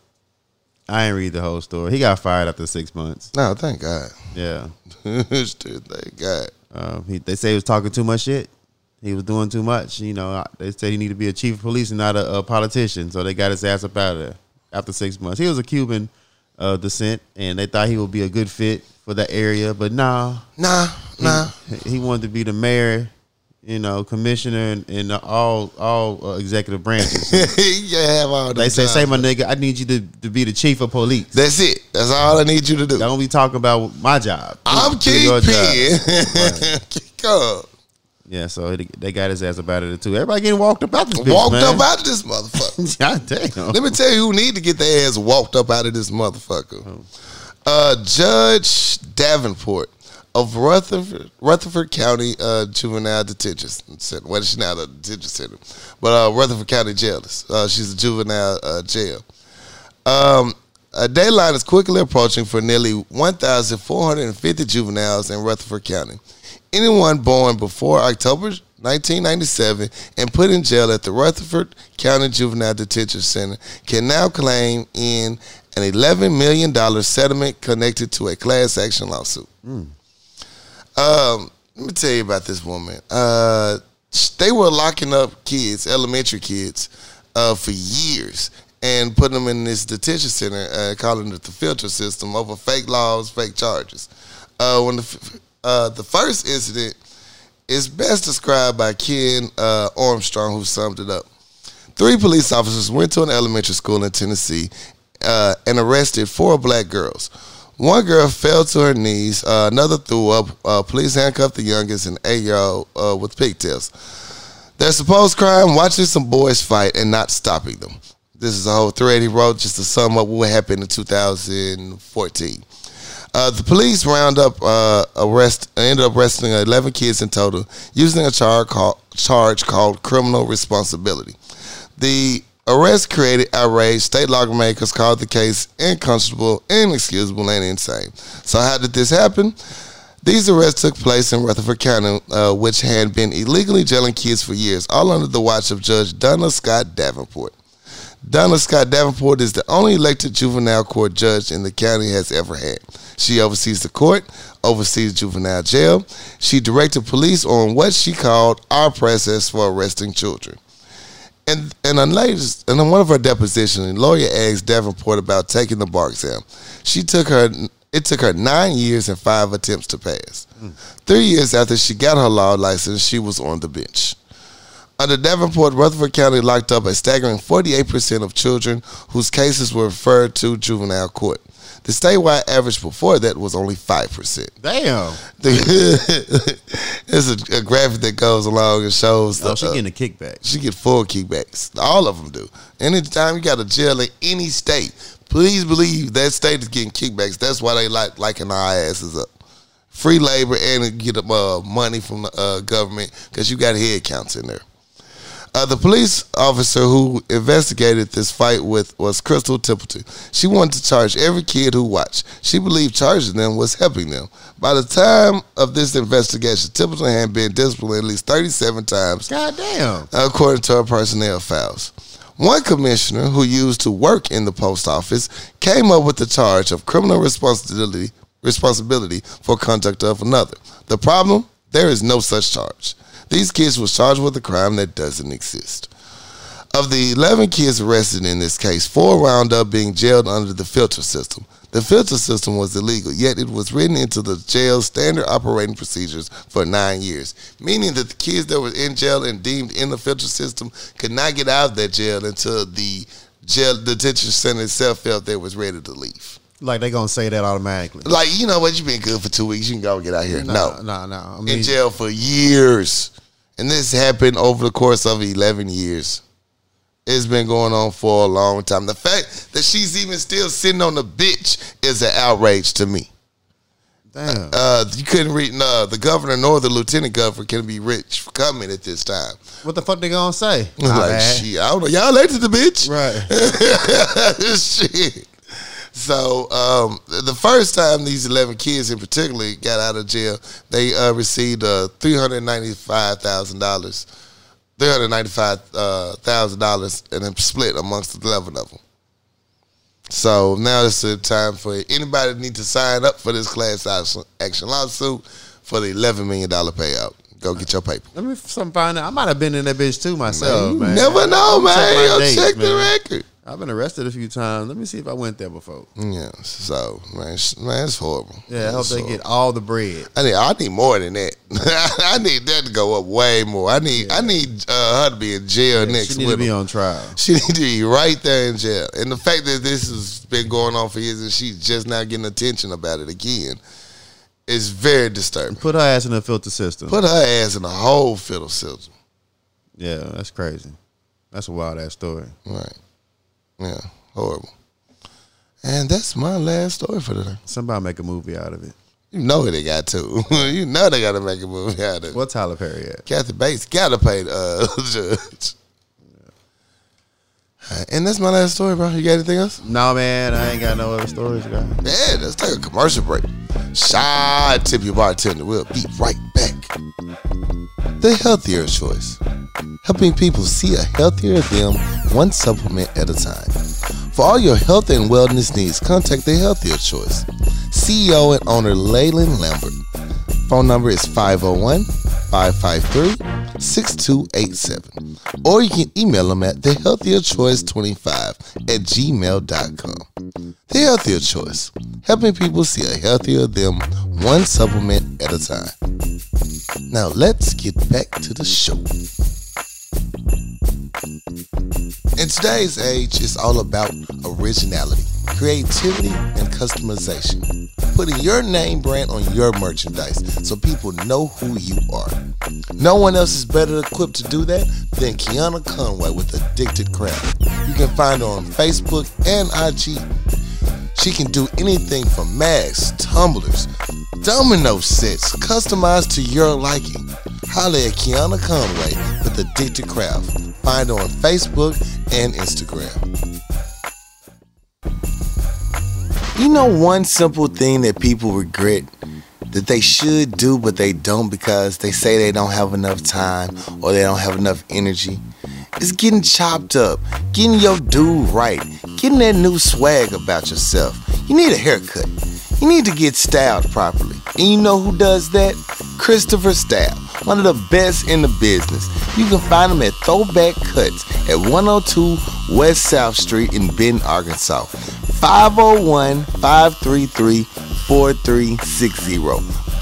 S1: I ain't read the whole story. He got fired after six months.
S2: No, thank God.
S1: Yeah.
S2: Dude, thank God.
S1: Um, he, they say he was talking too much shit. He was doing too much. You know, I- they said he needed to be a chief of police and not a, a politician. So they got his ass up out of there after six months. He was a Cuban uh, descent, and they thought he would be a good fit for that area, but nah,
S2: Nah, nah.
S1: he wanted to be the mayor, you know, commissioner, and, and all all uh, executive branches.
S2: yeah, have all
S1: They
S2: the
S1: say,
S2: time.
S1: "Say my nigga, I need you to, to be the chief of police.
S2: That's it. That's all I need you to do.
S1: Don't be talking about my job.
S2: I'm
S1: Do your job."
S2: kingpin. Kick up.
S1: Yeah, so it, they got his ass up out of it too. Everybody getting walked up out this bitch,
S2: Walked
S1: man.
S2: up out of this motherfucker.
S1: God damn.
S2: Let me tell you who need to get their ass walked up out of this motherfucker. Uh, Judge Davenport of Rutherford, Rutherford County uh, Juvenile Detention Center. Well, she's not a detention center, but uh, Rutherford County Jail. Uh, she's a juvenile uh, jail. Um, a dayline is quickly approaching for nearly 1,450 juveniles in Rutherford County. Anyone born before October 1997 and put in jail at the Rutherford County Juvenile Detention Center can now claim in an $11 million settlement connected to a class action lawsuit. Um, let me tell you about this woman. Uh, sh- they were locking up kids, elementary kids, uh, for years and putting them in this detention center, uh, calling it the filter system over fake laws, fake charges. Uh, when the f- uh, the first incident is best described by Ken uh, Armstrong, who summed it up. Three police officers went to an elementary school in Tennessee uh, and arrested four black girls. One girl fell to her knees. Uh, another threw up. Uh, police handcuffed the youngest, an eight-year-old uh, with pigtails. Their supposed crime: watching some boys fight and not stopping them. This is a whole thread he wrote just to sum up what happened in 2014. Uh, the police round up uh, arrest ended up arresting 11 kids in total using a char- call, charge called criminal responsibility. The arrest created outrage. State lawmakers called the case unconscionable, inexcusable, and insane. So how did this happen? These arrests took place in Rutherford County, uh, which had been illegally jailing kids for years, all under the watch of Judge Donna Scott Davenport. Donna Scott Davenport is the only elected juvenile court judge in the county has ever had. She oversees the court, oversees juvenile jail. She directed police on what she called our process for arresting children. And and on latest, and on one of her depositions, a lawyer asked Davenport about taking the bar exam. She took her. It took her nine years and five attempts to pass. Three years after she got her law license, she was on the bench. Under Davenport, Rutherford County locked up a staggering 48% of children whose cases were referred to juvenile court. The statewide average before that was only 5%.
S1: Damn.
S2: There's a, a graphic that goes along and shows
S1: Oh,
S2: the,
S1: she
S2: uh,
S1: getting a kickback.
S2: she get full kickbacks. All of them do. Anytime you got a jail in any state, please believe that state is getting kickbacks. That's why they like liking our asses up. Free labor and get uh, money from the uh, government because you got head counts in there. Uh, the police officer who investigated this fight with was Crystal Templeton. She wanted to charge every kid who watched. She believed charging them was helping them. By the time of this investigation, Templeton had been disciplined at least 37 times
S1: God damn.
S2: Uh, according to our personnel files. One commissioner who used to work in the post office came up with the charge of criminal responsibility responsibility for conduct of another. The problem? There is no such charge. These kids were charged with a crime that doesn't exist. Of the 11 kids arrested in this case, four wound up being jailed under the filter system. The filter system was illegal, yet it was written into the jail's standard operating procedures for nine years, meaning that the kids that were in jail and deemed in the filter system could not get out of that jail until the jail the detention center itself felt they was ready to leave.
S1: Like they gonna say that automatically.
S2: Like, you know what, you've been good for two weeks, you can go get out here. no
S1: no, no. I
S2: in
S1: mean,
S2: jail for years. And this happened over the course of 11 years. It's been going on for a long time. The fact that she's even still sitting on the bitch is an outrage to me.
S1: damn.
S2: Uh, you couldn't read, no, the governor nor the lieutenant governor can be rich for coming at this time.
S1: What the fuck they gonna say? My
S2: Like,
S1: bad.
S2: shit, I don't know. Y'all elected the bitch.
S1: Right.
S2: Shit. So um, the first time these eleven kids in particular got out of jail, they uh, received uh, three hundred ninety-five thousand dollars, three hundred ninety-five uh, thousand dollars, and then split amongst the eleven of them. So now it's the time for anybody that need to sign up for this class action- action lawsuit for the eleven million dollar payout. Go get your paper.
S1: Let me f- some find out. I might have been in that bitch too myself, man.
S2: Never know, man.
S1: my
S2: Yo,
S1: dates,
S2: check the
S1: man.
S2: record.
S1: I've been arrested a few times. Let me see if I went there before.
S2: Yeah, so man, it's, man, it's horrible.
S1: Yeah, I hope
S2: It's
S1: they
S2: horrible.
S1: get all the bread.
S2: I need, I need more than that. I need that to go up way more. I need, I need uh, her to be in jail next.
S1: she need to
S2: with
S1: be
S2: him.
S1: on trial.
S2: She need to be right there in jail. And the fact that this has been going on for years and she's just now getting attention about it again is very disturbing.
S1: Put her ass in the filter system.
S2: Put her ass in a whole fiddle system.
S1: yeah, that's crazy. That's a wild ass story.
S2: Right? Yeah, horrible. And that's my last story for today.
S1: Somebody make a movie out of it.
S2: You know they got to. you know they got to make a movie out of it.
S1: What Tyler Perry at?
S2: Kathy Bates gotta pay the uh, judge. Uh, And that's my last story, bro. You got anything else?
S1: No man, I ain't got no other stories, guy.
S2: Yeah, let's take a commercial break. Side tip your bartender. We'll be right back. The healthier choice. Helping people see a healthier them one supplement at a time. For all your health and wellness needs, contact the healthier choice. CEO and owner Leyland Lambert. Phone number is 501 553 6287. Or you can email them at thehealthierchoice25 at gmail.com. The Healthier Choice, helping people see a healthier them one supplement at a time. Now let's get back to the show. In today's age, it's all about originality. creativity, and customization. Putting your name brand on your merchandise so people know who you are. No one else is better equipped to do that than Kiana Conway with Addicted Craft. You can find her on Facebook and IG. She can do anything from masks, tumblers, domino sets, customized to your liking. Holla at Kiana Conway with Addicted Craft. Find her on Facebook and Instagram. You know one simple thing that people regret that they should do but they don't because they say they don't have enough time or they don't have enough energy. It's getting chopped up, getting your dude right, getting that new swag about yourself. You need a haircut. You need to get styled properly. And you know who does that? Christopher Style, one of the best in the business. You can find him at Throwback Cuts at 102 West South Street in Benton, Arkansas. 501 533 4360.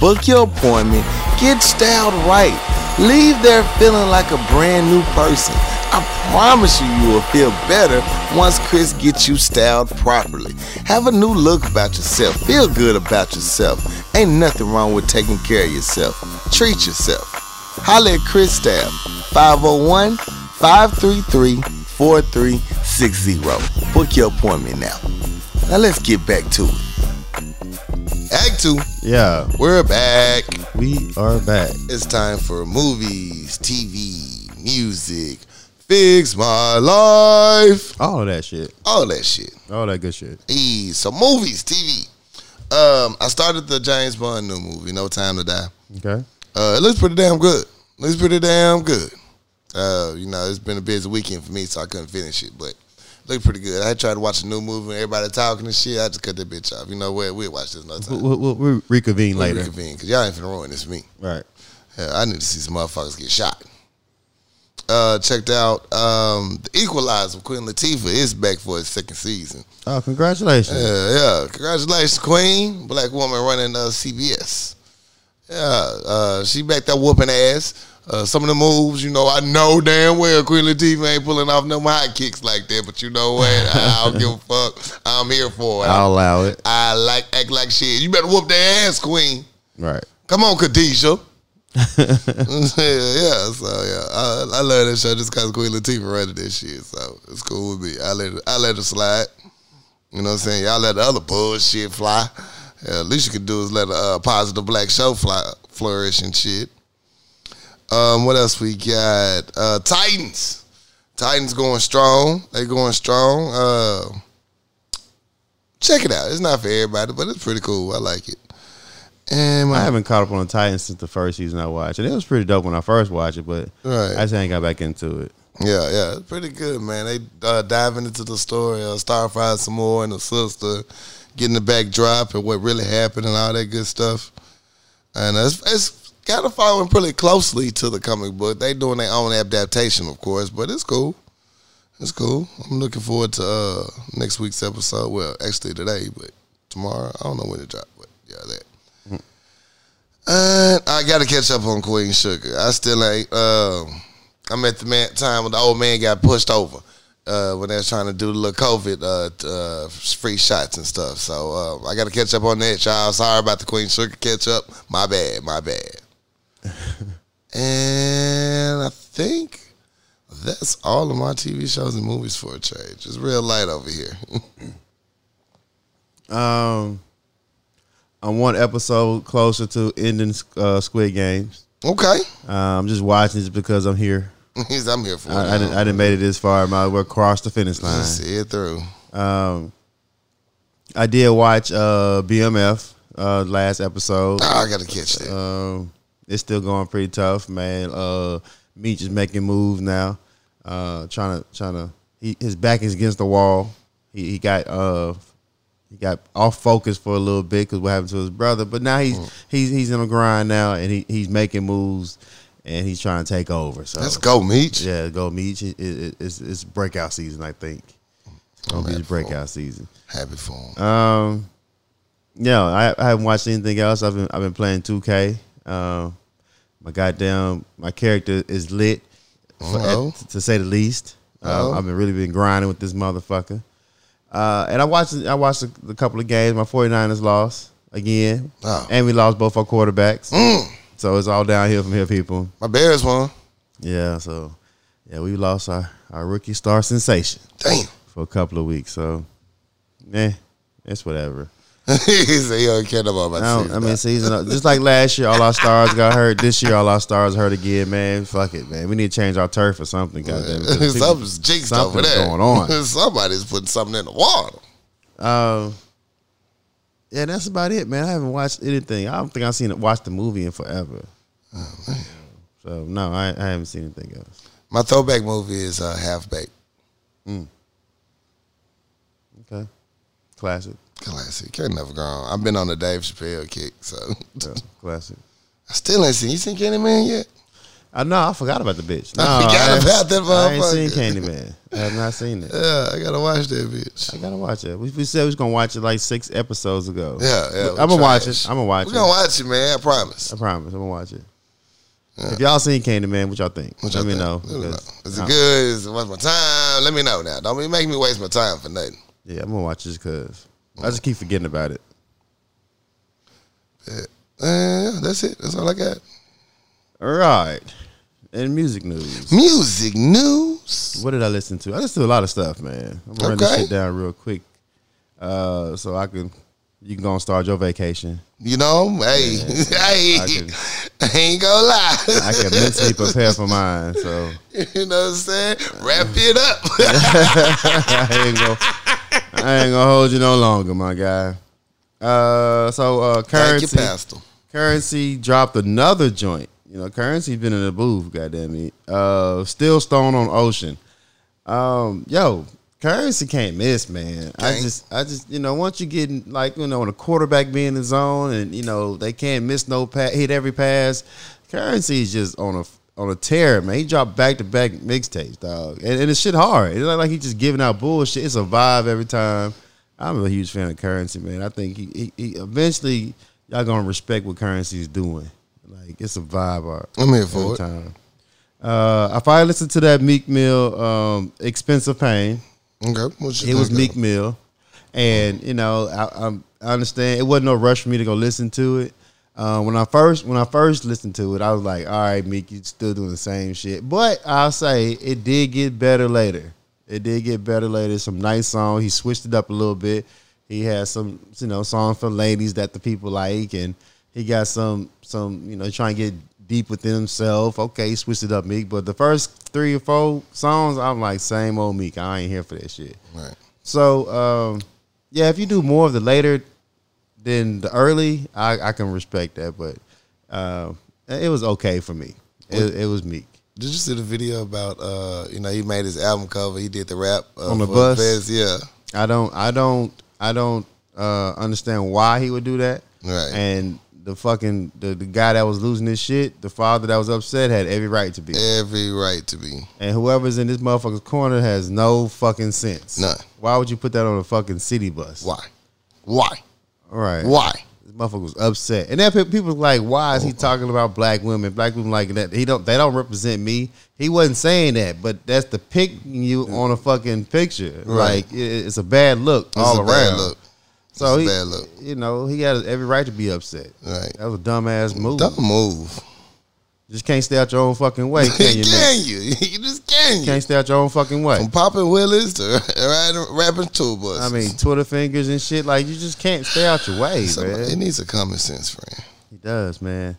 S2: Book your appointment. Get styled right. Leave there feeling like a brand new person. I promise you, you will feel better once Chris gets you styled properly. Have a new look about yourself. Feel good about yourself. Ain't nothing wrong with taking care of yourself. Treat yourself. Holla at Chris oh Staff, 501 533 4360. Book your appointment now. Now let's get back to it. Act 2.
S1: Yeah,
S2: We're back.
S1: we are back.
S2: It's time for movies, TV, music, fix my life,
S1: All of that shit.
S2: all that shit.
S1: All that good shit.
S2: Hey, so movies, TV. Um, I started the James Bond new movie, No Time to Die.
S1: Okay.
S2: Uh, it looks pretty damn good. Looks pretty damn good. Uh, you know, it's been a busy weekend for me, so I couldn't finish it, but looked pretty good. I tried to watch a new movie and everybody talking and shit. I just cut that bitch off. You know what? We'll watch this another time.
S1: We'll, we'll, we'll reconvene later.
S2: because y'all ain't finna ruin this for me.
S1: Right.
S2: Yeah, I need to see some motherfuckers get shot. Uh, checked out um, The Equalizer with Queen Latifah is back for its second season.
S1: Oh, congratulations.
S2: Yeah, yeah. Congratulations, Queen. Black woman running uh, CBS. Yeah, uh, she back that whooping ass. Uh, some of the moves, you know, I know damn well Queen Latifah ain't pulling off no high kicks like that, but you know what? I don't give a fuck. I'm here for it.
S1: I'll allow it.
S2: I like act like shit. You better whoop that ass, Queen.
S1: Right.
S2: Come on, Khadijah. yeah, yeah, so yeah, I, I love that show just because Queen Latifah running this shit, so it's cool with me. I let it, I let her slide. You know what I'm saying? Y'all let the other bullshit fly. Yeah, at least you can do is let a uh, positive black show fly, flourish and shit. Um, what else we got? Uh, Titans. Titans going strong. They going strong. Uh, check it out. It's not for everybody, but it's pretty cool. I like it. And
S1: I
S2: my,
S1: haven't caught up on the Titans since the first season I watched, and it was pretty dope when I first watched it, but
S2: Right.
S1: I just ain't got back into it.
S2: Yeah, yeah, it's pretty good, man. They uh, diving into the story of Starfire some more and the sister, getting the backdrop and what really happened and all that good stuff. And it's, it's kind of following pretty closely to the comic book. They doing their own adaptation, of course, but it's cool. It's cool. I'm looking forward to uh, next week's episode. Well, actually today, but tomorrow. I don't know when it drop, but yeah, that. Uh, I gotta catch up on Queen Sugar. I still ain't. Um, I'm at the man, time when the old man got pushed over uh, when they was trying to do the little COVID uh, t- uh, free shots and stuff. So uh, I gotta catch up on that, y'all. Sorry about the Queen Sugar catch up. My bad. My bad. and I think that's all of my TV shows and movies for a change. It's real light over here.
S1: Um, I'm one episode closer to ending uh, Squid Games.
S2: okay,
S1: Uh, I'm just watching this because I'm here.
S2: I'm here for it.
S1: I, I didn't, I didn't made it this far. I might as well cross the finish line.
S2: see it through.
S1: Um, I did watch uh, BMF uh, last episode.
S2: Ah, I gotta catch that.
S1: Um, it's still going pretty tough, man. Uh, Meach is making moves now. Uh, trying to trying to he, his back is against the wall. He, he got uh he got off focus for a little bit because what happened to his brother, but now he's he's he's in a grind now and he, he's making moves and he's trying to take over. So
S2: Let's go, Meach.
S1: yeah, go Meach. It, it, it's it's breakout season, I think. It's gonna be
S2: happy
S1: his
S2: for him.
S1: breakout season.
S2: Happy for him.
S1: Um, yeah, I, I haven't watched anything else. I've been I've been playing 2K. Um, my goddamn my character is lit, for,
S2: Uh-oh.
S1: at- to say the least. Uh,
S2: Uh-oh.
S1: I've been really been grinding with this motherfucker. Uh, and I watched I watched a, a couple of games. My 49ers lost again,
S2: Oh.
S1: and we lost both our quarterbacks. So it's all downhill from here, people.
S2: Mm, My Bears won.
S1: Yeah. So yeah, we lost our, our rookie star sensation
S2: Damn.
S1: for a couple of weeks. So eh, it's whatever.
S2: he said he don't care no more about
S1: I,
S2: the
S1: don't, I
S2: season.
S1: mean, season just like last year, all our stars got hurt. This year, all our stars hurt again. Man, fuck it, man. We need to change our turf or something. Goddamn, it, 'cause people-
S2: Something's jinxed over
S1: something's
S2: there.
S1: going on.
S2: Somebody's putting something in the water.
S1: Um, yeah, that's about it, man. I haven't watched anything. I don't think I've seen it, watched the movie in forever.
S2: Oh,
S1: So no, I, I haven't seen anything else.
S2: My throwback movie is uh, Half Baked.
S1: Okay, classic,
S2: Classic. Can't never go wrong. I've been on the Dave Chappelle kick, so
S1: yeah, classic.
S2: I still ain't seen. You seen Candyman yet?
S1: I know I forgot about the bitch. No,
S2: I forgot
S1: ain't-
S2: about that
S1: I ain't seen
S2: motherfucker.
S1: Candyman. I have not seen it.
S2: Yeah, I gotta watch that bitch.
S1: I gotta watch it. We, we said we was gonna watch it like six episodes ago.
S2: Yeah, yeah.
S1: I'm gonna watch it. I'm gonna watch
S2: We're
S1: it.
S2: gonna watch it, man. I promise.
S1: I promise. I'm gonna watch it. If y'all seen Candyman, what y'all think?
S2: What
S1: Let
S2: y'all
S1: me
S2: think?
S1: know.
S2: Let me know.
S1: because
S2: Is it
S1: I'm-
S2: good? Is it worth my time? Let me know now. Don't be making me waste my time for nothing.
S1: Yeah, I'm gonna watch it because
S2: Mm.
S1: I just keep forgetting about it.
S2: Uh, yeah, that's it. That's all I got.
S1: All right. And music news.
S2: Music news.
S1: What did I listen to? I listened to a lot of stuff, man. I'm gonna run this
S2: Okay.
S1: shit down real quick. Uh, so I can you can go and start your vacation.
S2: You know, hey, hey,
S1: I can-
S2: I ain't gonna lie.
S1: I can mentally prepare for mine. So
S2: You know what I'm saying? Wrap it up.
S1: I ain't gonna I ain't gonna hold you no longer, my guy. Uh so uh
S2: Thank
S1: currency
S2: you, Pastor.
S1: Currency dropped another joint. You know, currency's been in the booth, goddamn it. Uh still stone on ocean. Um, yo, currency can't miss, man. I
S2: Can't.
S1: just I just you know, once you get in, like, you know, when a quarterback be in the zone and you know, they can't miss no pass hit every pass, currency's just on a on a tear, man. He dropped back to back mixtapes, dog. And, and it's shit hard. It's not like he just giving out bullshit. It's a vibe every time. I'm a huge fan of currency, man. I think he, he, he eventually y'all gonna respect what currency's doing. Like it's a vibe art.
S2: I'm here
S1: Every
S2: for it.
S1: time. Uh, I finally listened to that Meek Mill um, "Expensive Pain."
S2: Okay. What you
S1: It was
S2: think
S1: Meek
S2: of
S1: Mill, and you know I, I'm, I understand it wasn't no rush for me to go listen to it. Uh, when I first when I first listened to it, I was like, "All right, Meek, you still doing the same shit." But I'll say it did get better later. It did get better later. Some nice song. He switched it up a little bit. He had some you know songs for ladies that the people like, and he got some some you know trying to get deep within himself. Okay, switched it up, Meek. But the first three or four songs, I'm like, same old Meek. I ain't here for that shit.
S2: Right.
S1: So um, yeah, if you do more of the later than the early, I, I can respect that. But uh, it was okay for me. It, it was meek.
S2: Did you see the video about uh, you know, he made his album cover, he did the rap uh,
S1: On the
S2: for
S1: bus?
S2: Fez, Yeah.
S1: I don't I don't I don't uh, understand why he would do that.
S2: Right.
S1: And the fucking the, the guy that was losing his shit, the father that was upset had every right to be.
S2: Every right to be.
S1: And whoever's in this motherfucker's corner has no fucking sense.
S2: None.
S1: Why would you put that on a fucking city bus?
S2: Why? Why?
S1: All right.
S2: Why?
S1: This motherfucker was upset, and then pe- people was like, "Why
S2: Oh.
S1: is he talking about black women? Black women like that? He don't. They don't represent me." He wasn't saying that, but that's the pick you on a fucking picture.
S2: Right.
S1: Like it, it's a bad look all
S2: It's a
S1: around.
S2: bad look.
S1: So
S2: It's a
S1: he,
S2: bad look.
S1: you know, he had every right to be upset.
S2: Right.
S1: That was a dumbass move.
S2: Don't move.
S1: Just can't stay out your own fucking way, can you? man?
S2: can you? You just can you?
S1: Can't stay out your own fucking way.
S2: From popping willies to riding, rapping tour buses.
S1: I mean, Twitter fingers and shit. Like you just can't stay out your way,
S2: So,
S1: man.
S2: it needs a common sense friend.
S1: He does, man.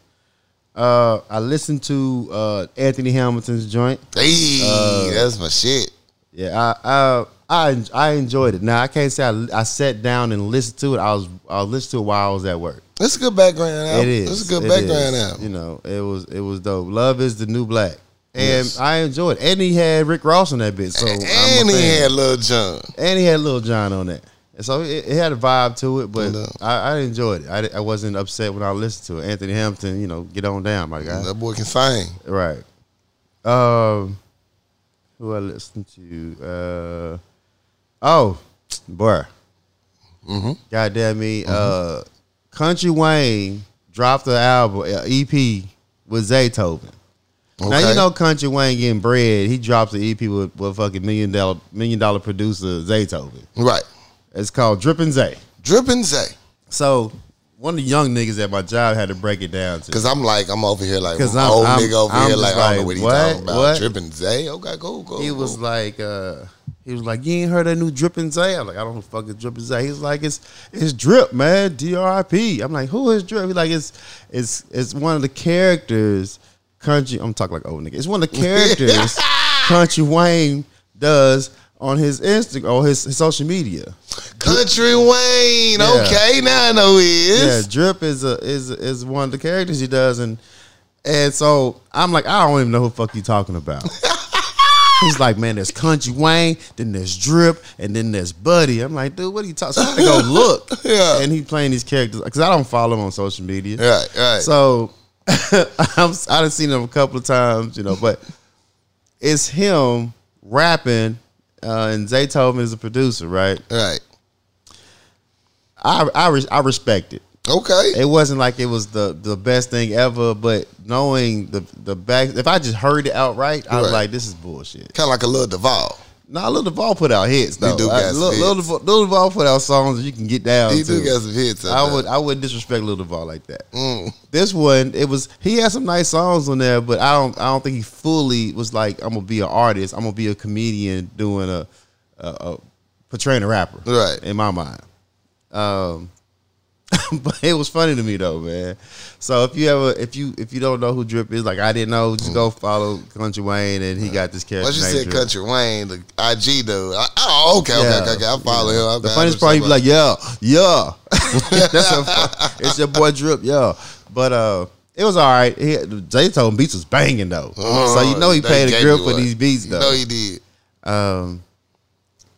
S1: Uh, I listened to uh, Anthony Hamilton's joint.
S2: Hey, that's my shit.
S1: Yeah, I I I, I enjoyed it. Now I can't say I, I sat down and listened to it. I was I listened to it while I was at work.
S2: That's a good background album.
S1: It is.
S2: That's a good
S1: It
S2: background
S1: is.
S2: album.
S1: You know, it was it was dope. Love is the new black, and
S2: Yes.
S1: I enjoyed. it. And he had Rick Ross on that bitch. So I'm
S2: and
S1: a
S2: he
S1: fan.
S2: had Lil John.
S1: and he had Lil John on that. And so it, it had a vibe to it, but
S2: No.
S1: I, I enjoyed it. I, di- I wasn't upset when I listened to it. Anthony Hampton, you know, get on down, my guy.
S2: That boy can sing.
S1: Right. Um, who I listen to? Uh, oh, bruh.
S2: Mm-hmm.
S1: Goddamn me. Uh, Country Wayne dropped the album uh, EP with Zaytoven. Now you know Country Wayne E getting bread. He drops the EP with, with fucking million dollar million dollar producer Zaytoven.
S2: right.
S3: It's called Drippin' Zay.
S2: Drippin' Zay.
S1: So one of the young niggas at my job had to break it down to. me.
S2: Cause I'm like, I'm over here like
S1: 'Cause
S2: old
S1: I'm- I'm-
S2: nigga over
S1: I'm
S2: here
S1: just
S2: like, I don't know what
S1: like,
S2: he
S1: what?
S2: talking about.
S1: What?
S2: Drippin' Zay. Okay, cool, cool.
S1: He was
S2: cool.
S1: like, uh, he was like, you ain't heard that new Drippin' Zay? I'm like, I don't know who the fuck is Drippin' Zay. He's like, it's it's Drip, man, D R I P. I'm like, who is Drip? He's like, it's it's it's one of the characters. Country, I'm talking like old nigga. It's one of the characters Country Wayne does on his Insta or his, his social media.
S2: Country Wayne.
S1: Yeah.
S2: Okay, now I know who he
S1: Yeah,
S2: is.
S1: Drip is a is is one of the characters he does, and and so I'm like, I don't even know who the fuck you talking about. He's like, man, there's Country Wayne, then there's Drip, and then there's Buddy. I'm like, dude, what are you talking? So I had to go look,
S2: Yeah.
S1: And he playing these characters because I don't follow him on social media,
S2: Right, right.
S1: So I'm, I done seen him a couple of times, you know, but it's him rapping, uh, and Zay told me is a producer, right?
S2: right.
S1: I I, res- I respect it.
S2: Okay.
S1: it wasn't like it was the the best thing ever, but knowing the the back, if I just heard it outright, I was
S2: Right.
S1: like, this is bullshit.
S2: Kind of like a little Duvall.
S1: Now, Lil Duval put out hits. Though.
S2: do
S1: I-
S2: got some
S1: Lil, Lil,
S2: hits.
S1: Duval, Lil Duval put out songs you can get down
S2: He do
S1: to.
S2: got some hits. up
S1: I
S2: there.
S1: would I would disrespect Lil Duval like that.
S2: Mm.
S1: This one, it was he had some nice songs on there, but I don't I don't think he fully was like I'm gonna be an artist. I'm gonna be a comedian doing a, a, a portraying a rapper.
S2: Right.
S1: in my mind. Um, but it was funny to me though, man. So if you ever if you if you don't know who Drip is, like I didn't know, just go follow Country Wayne, and he got this character.
S2: Once you
S1: named
S2: said
S1: Drip.
S2: Country Wayne, the IG dude. I, oh, okay,
S1: Yeah.
S2: okay, okay, okay. I follow him. I
S1: The
S2: got
S1: funniest
S2: him.
S1: part, you be like, yeah, yeah. That's so fun. it's your boy Drip, yeah. But uh, it was all right. He, Jay told him beats was banging though,
S2: Oh,
S1: so you know he
S2: they
S1: paid a
S2: gave
S1: grip
S2: you
S1: for
S2: one.
S1: these beats
S2: You
S1: though.
S2: know he did.
S1: um,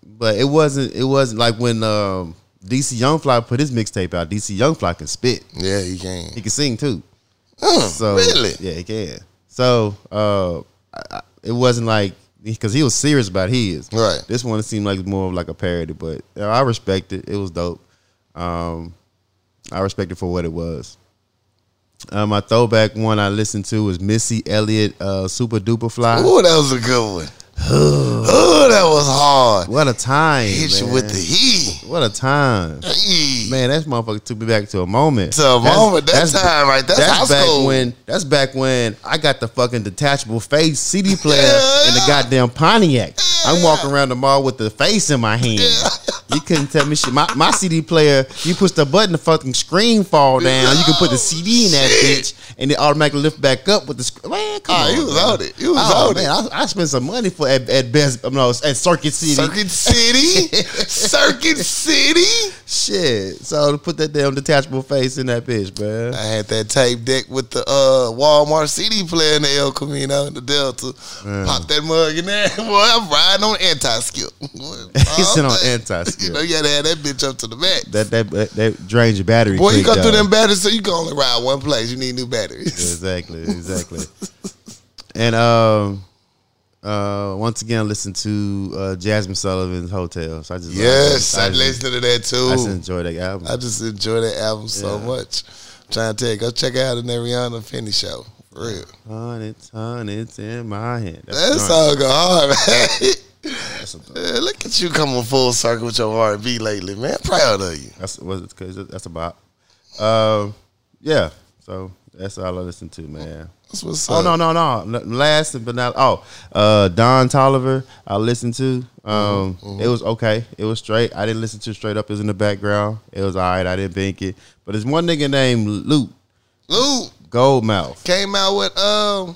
S1: but it wasn't it wasn't like when um, DC Youngfly put his mixtape out. DC Youngfly can spit.
S2: Yeah, he can.
S1: He can sing too.
S2: Mm,
S1: So
S2: really?
S1: yeah, he can. So uh, I, I, it wasn't like because he was serious about his.
S2: Right.
S1: This one seemed like more of like a parody, but you know, I respect it. It was dope. Um, I respect it for what it was. Uh, my throwback one I listened to was Missy Elliott, uh, Super Duper Fly.
S2: Ooh, that was a good one. Ooh, that was hard.
S1: What a time!
S2: Hit you
S1: man.
S2: with the he.
S1: what a time,
S2: He.
S1: man! That motherfucker took me back to a moment.
S2: To a moment. That time right there. That's high
S1: back
S2: school.
S1: when. That's back when I got the fucking detachable face CD player
S2: Yeah,
S1: and the
S2: yeah.
S1: goddamn Pontiac. I'm
S2: Yeah.
S1: walking around the mall with the face in my hand. You couldn't tell me shit. My, my CD player, you push the button, the fucking screen fall down. You can put the CD in that
S2: Shit.
S1: bitch, and it automatically lift back up with the screen. Man, come
S2: Ah,
S1: on,
S2: you was
S1: man.
S2: on it. You was
S1: Oh,
S2: on
S1: man,
S2: it.
S1: I, I spent some money for at, at best, no, at Circuit City.
S2: Circuit City. Circuit City.
S1: Shit. So to put that damn detachable face in that bitch, man.
S2: I had that tape deck with the uh, Walmart CD player in the El Camino in the Delta. Pop that mug in there. Boy, I'm riding on anti skip.
S1: He
S2: He's
S1: said on anti-skip.
S2: You know, you had to have that bitch up to the max.
S1: That that that drains your battery.
S2: Boy, you
S1: quick,
S2: go through
S1: though.
S2: them batteries, so you can only ride one place. You need new batteries.
S1: Exactly, exactly. and um, uh, once again, I listened to uh, Jasmine Sullivan's Hotel. So I just
S2: Yes, I,
S1: just-
S2: listened to that too.
S1: I just enjoy that album.
S2: I just enjoy that album so
S1: Yeah.
S2: much. I'm trying to tell you, go check out in that Rihanna Finney show. For real.
S1: Hundreds, hundreds in my hand. That's
S2: That
S1: the joint.
S2: song go hard, man.
S1: That's, a-
S2: Uh, look at you coming full circle with your R&B lately, man. Proud of you.
S1: that's was it, cause that's a bop. Um, yeah. So that's all I listen to, man.
S2: That's what's
S1: Oh
S2: up.
S1: no no no! L- Last but not oh, uh, Don Tolliver I listened to. Um, it was okay. It was straight. I didn't listen to it straight up. It was in the background. It was all right. I didn't think it. But there's one nigga named Luke
S2: Luke
S1: Goldmouth.
S2: came out with um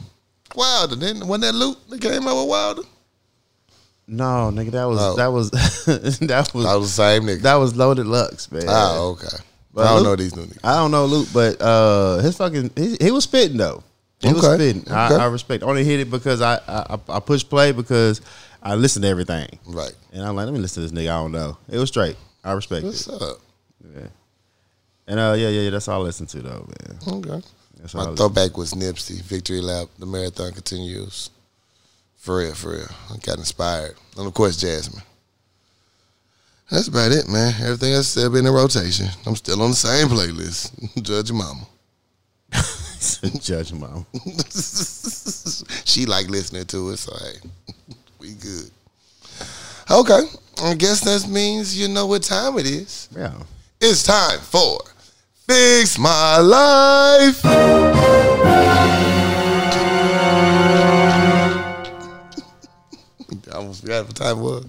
S2: Wilder, didn't wasn't that Luke that came out with Wilder?
S1: No nigga, that was
S2: Oh.
S1: that was that was
S2: I was the same nigga.
S1: that was loaded Lux man.
S2: Oh, okay.
S1: But
S2: I don't
S1: Luke-
S2: know these new niggas.
S1: I don't know Luke, but uh, his fucking he, he was spitting though. He was
S2: Okay.
S1: spitting.
S2: Okay.
S1: I, I respect. Only hit it because I I, I push play because I listen to everything.
S2: Right.
S1: And I'm like, let me listen to this nigga. I don't know. It was straight. I respect
S2: What's
S1: it.
S2: up?
S1: And uh, yeah, yeah, yeah. That's all I listen to though, man.
S2: Okay.
S1: That's all. I
S2: My
S1: listen-
S2: throwback was Nipsey, Victory Lap, The Marathon Continues. For real, for real. I got inspired. And of course, Jasmine. That's about it, man. Everything else still been in rotation. I'm still on the same playlist. Judge your mama.
S1: Judge mom.
S2: she like listening to it, so hey, we good. Okay. I guess that means you know what time it is.
S1: Yeah.
S2: It's time for Fix My Life. I almost forgot what time it was.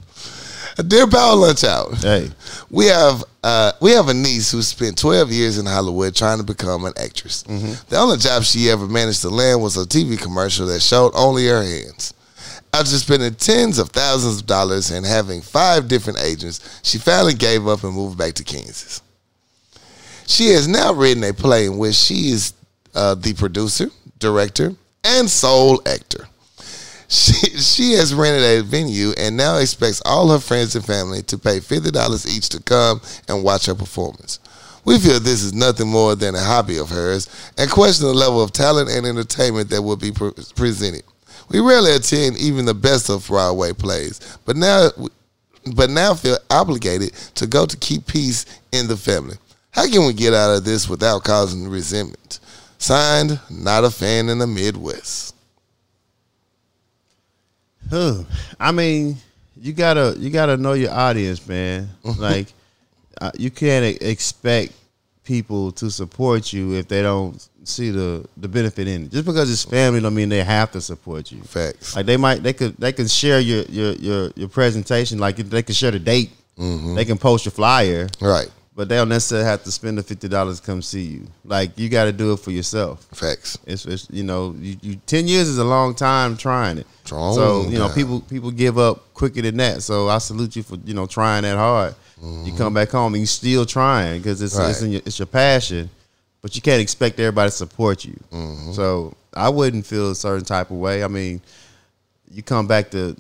S2: Dear Power Lunch Hour.
S1: Hey.
S2: We have uh, we have a niece who spent 12 years in Hollywood trying to become an actress. The only job she ever managed to land was a TV commercial that showed only her hands. After spending tens of thousands of dollars and having five different agents, she finally gave up and moved back to Kansas. She has now written a play in which she is uh, the producer, director, and sole actor. She, she has rented a venue and now expects all her friends and family to pay $50 each to come and watch her performance. We feel this is nothing more than a hobby of hers and question the level of talent and entertainment that will be pre- presented. We rarely attend even the best of Broadway plays, but now, but now feel obligated to go to keep peace in the family. How can we get out of this without causing resentment? Signed, not a fan in the Midwest.
S1: Huh. I mean, you gotta you gotta know your audience, man. like, uh, you can't e- expect people to support you if they don't see the the benefit in it. Just because it's family, don't mean they have to support you.
S2: Facts.
S1: Like they might they could they can share your your your, your presentation. Like they can share the date. They can post your flyer,
S2: Right.
S1: but they don't necessarily have to spend the fifty dollars to come see you. Like you got to do it for yourself.
S2: Facts.
S1: It's, it's you know you, you ten years is a long time trying it.
S2: Strong
S1: so you know
S2: time.
S1: people people give up quicker than that. So I salute you for you know trying that hard. You come back home and you still trying because it's it's
S2: Mm-hmm. Right.
S1: in your, it's your passion, but you can't expect everybody to support you.
S2: Mm-hmm.
S1: So I wouldn't feel a certain type of way. I mean, you come back to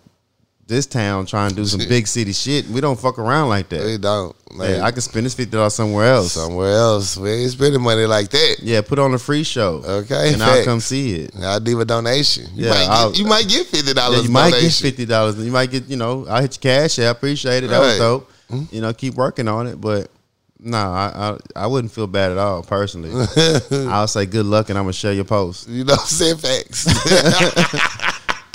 S1: this town trying to do some big city shit. We don't fuck around like
S2: They
S1: that.
S2: don't. Like,
S1: Hey, I can spend this fifty dollars somewhere else.
S2: somewhere else. We ain't spending money like that.
S1: Yeah, put on a free show.
S2: Okay,
S1: and I'll
S2: facts.
S1: come see it.
S2: I'll leave a donation. You,
S1: Yeah,
S2: might,
S1: I'll-
S2: get, you might get fifty dollars.
S1: Yeah, you might get
S2: donation.
S1: fifty dollars. You might get you know. I hit your cash. Yeah, I appreciate it. That
S2: Right. Mm-hmm.
S1: was dope. You know, keep working on it. But nah, I, I I wouldn't feel bad at all personally. I'll say good luck, and I'm gonna share your post.
S2: You know, what I'm saying facts.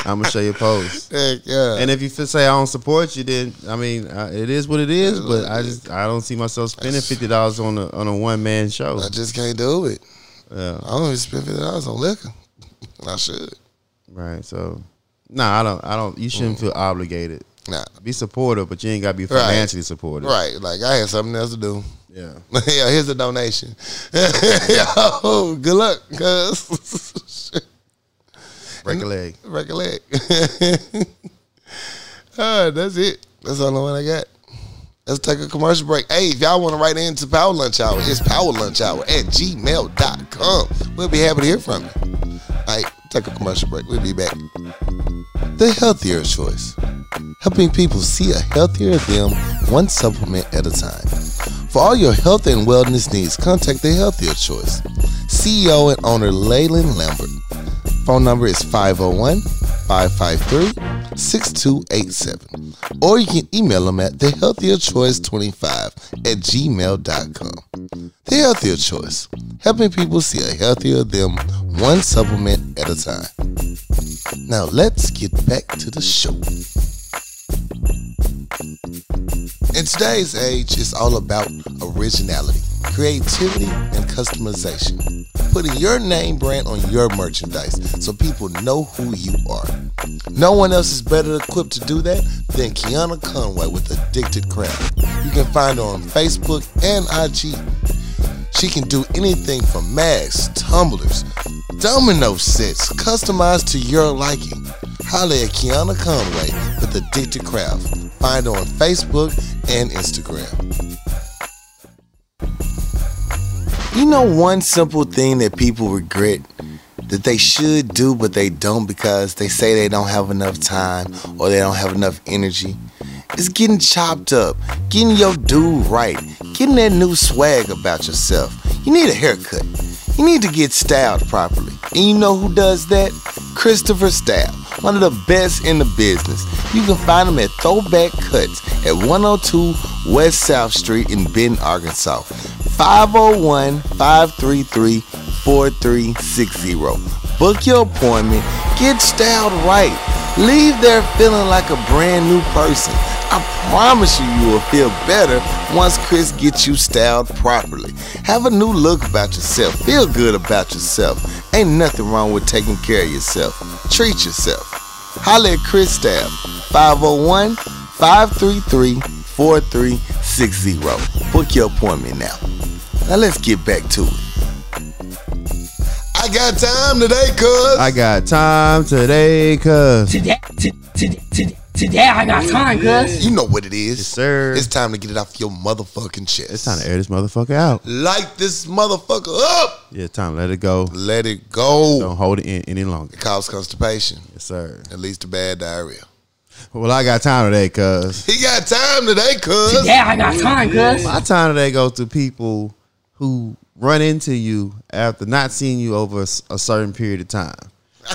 S1: I'm gonna share your post.
S2: Heck, yeah.
S1: And if you f- say I don't support you, then I mean uh, it is what it is. But I just I don't see myself spending fifty dollars on a on a one man show.
S2: I just can't do it.
S1: Yeah.
S2: I don't even spend fifty dollars on liquor. I should.
S1: Right. So nah, I don't I don't. You
S2: Mm.
S1: shouldn't feel obligated.
S2: Nah.
S1: Be supportive, but you ain't gotta be financially supportive.
S2: Right. Like I had something else to do.
S1: Yeah.
S2: yeah, here's a donation. Yo, good luck, cuz.
S1: Break a leg.
S2: Recollect. uh, that's it. That's all the one I got. Let's take a commercial break. Hey, if y'all want to write into Power Lunch Hour, it's powerlunchhour at gmail.com. We'll be happy to hear from you. All right, take a commercial break. We'll be back. The healthier choice. Helping people see a healthier them one supplement at a time. For all your health and wellness needs, contact The Healthier Choice. CEO and owner Leyland Lambert. Phone number is 501 553 6287. Or you can email them at thehealthierchoice25 at gmail.com. The Healthier Choice, helping people see a healthier them one supplement at a time. Now let's get back to the show. In today's age, it's all about originality, creativity, and customization. Putting your name brand on your merchandise so people know who you are. No one else is better equipped to do that than Kiana Conway with Addicted Craft. You can find her on Facebook and IG. She can do anything from masks, tumblers, domino sets, customized to your liking. Holla at Kiana Conway with Addicted Craft. Find her on Facebook and Instagram. You know one simple thing that people regret that they should do but they don't because they say they don't have enough time or they don't have enough energy. It's getting chopped up, getting your dude right, getting that new swag about yourself. You need a haircut. You need to get styled properly. And you know who does that? Christopher Style, one of the best in the business. You can find him at Throwback Cuts at 102 West South Street in Benton, Arkansas. 501 533 4360. oh. Book your appointment. Get styled right. Leave there feeling like a brand new person. I promise you, you will feel better once Chris gets you styled properly. Have a new look about yourself. Feel good about yourself. Ain't nothing wrong with taking care of yourself. Treat yourself. Holla at Chris Staff, 501 533 4360. oh. Book your appointment now. Now let's get back to it. I got time today, cuz.
S1: I got time today, cuz.
S3: Today, t- t- t- today I got time, cuz.
S2: You know what it is.
S1: Yes, sir.
S2: It's time to get it off your motherfucking chest.
S1: It's time to air this motherfucker out.
S2: Light this motherfucker up.
S1: Yeah, it's time. to Let it go.
S2: Let it go.
S1: Don't hold it in any longer.
S2: It causes constipation.
S1: Yes, sir.
S2: It leads to bad diarrhea.
S1: Well, I got time today, cuz.
S2: He got time today, cuz.
S3: Today I got time, cuz.
S1: My time today goes to people who run into you after not seeing you over a, s- a certain period of time.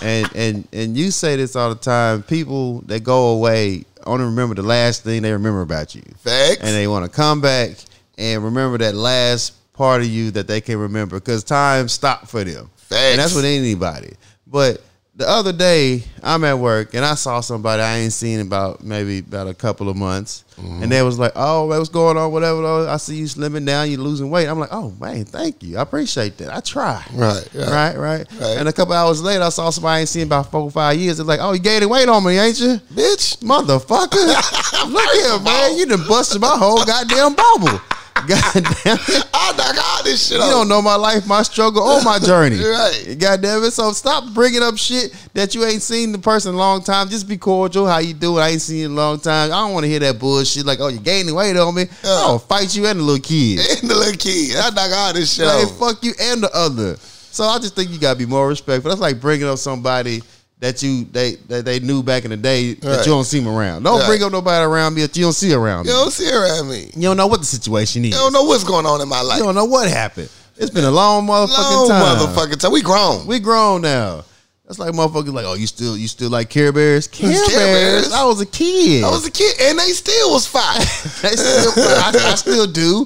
S1: And and and you say this all the time. People that go away only remember the last thing they remember about you.
S2: Facts.
S1: and they want to come back and remember that last part of you that they can remember because time stopped for them. And that's
S2: Facts.
S1: with anybody. But the other day, I'm at work and I saw somebody I ain't seen about maybe about a couple of months,
S2: Mm-hmm.
S1: and they was like, "Oh, man, what's going on? Whatever. though. I see you slimming down. You losing weight." I'm like, "Oh man, thank you. I appreciate that. I try."
S2: Right, right.
S1: Right. Right.
S2: Right.
S1: And a couple hours later, I saw somebody I ain't seen about four or five years. It's like, "Oh, you gaining weight on me, ain't you?"
S2: Bitch.
S1: Motherfucker. Look here, man. You done busted my whole goddamn bubble. Goddamn. it.
S2: I knock all this shit
S1: You
S2: off.
S1: don't know my life, my struggle, or my journey.
S2: Right.
S1: Goddamn it. So stop bringing up shit that you ain't seen the person in a long time. Just be cordial. How you doing? I ain't seen you in a long time. I don't want to hear that bullshit like, oh, you gaining weight on me. I'll fight you and the little kid.
S2: And the little kid. I knock all this shit
S1: Like,
S2: off.
S1: fuck you and the other. So I just think you gotta be more respectful. That's like bringing up somebody that you they that they knew back in the day that
S2: Right.
S1: you don't see 'em around. Don't
S2: Right.
S1: bring up nobody around me that you don't see around
S2: You
S1: me.
S2: don't see around me.
S1: You don't know what the situation is.
S2: You don't know what's going on in my life.
S1: You don't know what happened. It's been a long motherfucking
S2: Long
S1: time.
S2: motherfucking time. We grown.
S1: We grown now. That's like motherfuckers like, oh, you still you still like Care Bears? Care,
S2: Care
S1: Bears?
S2: Bears?
S1: I was a kid.
S2: I was a kid, and they still was fine.
S1: They still- I, I still do,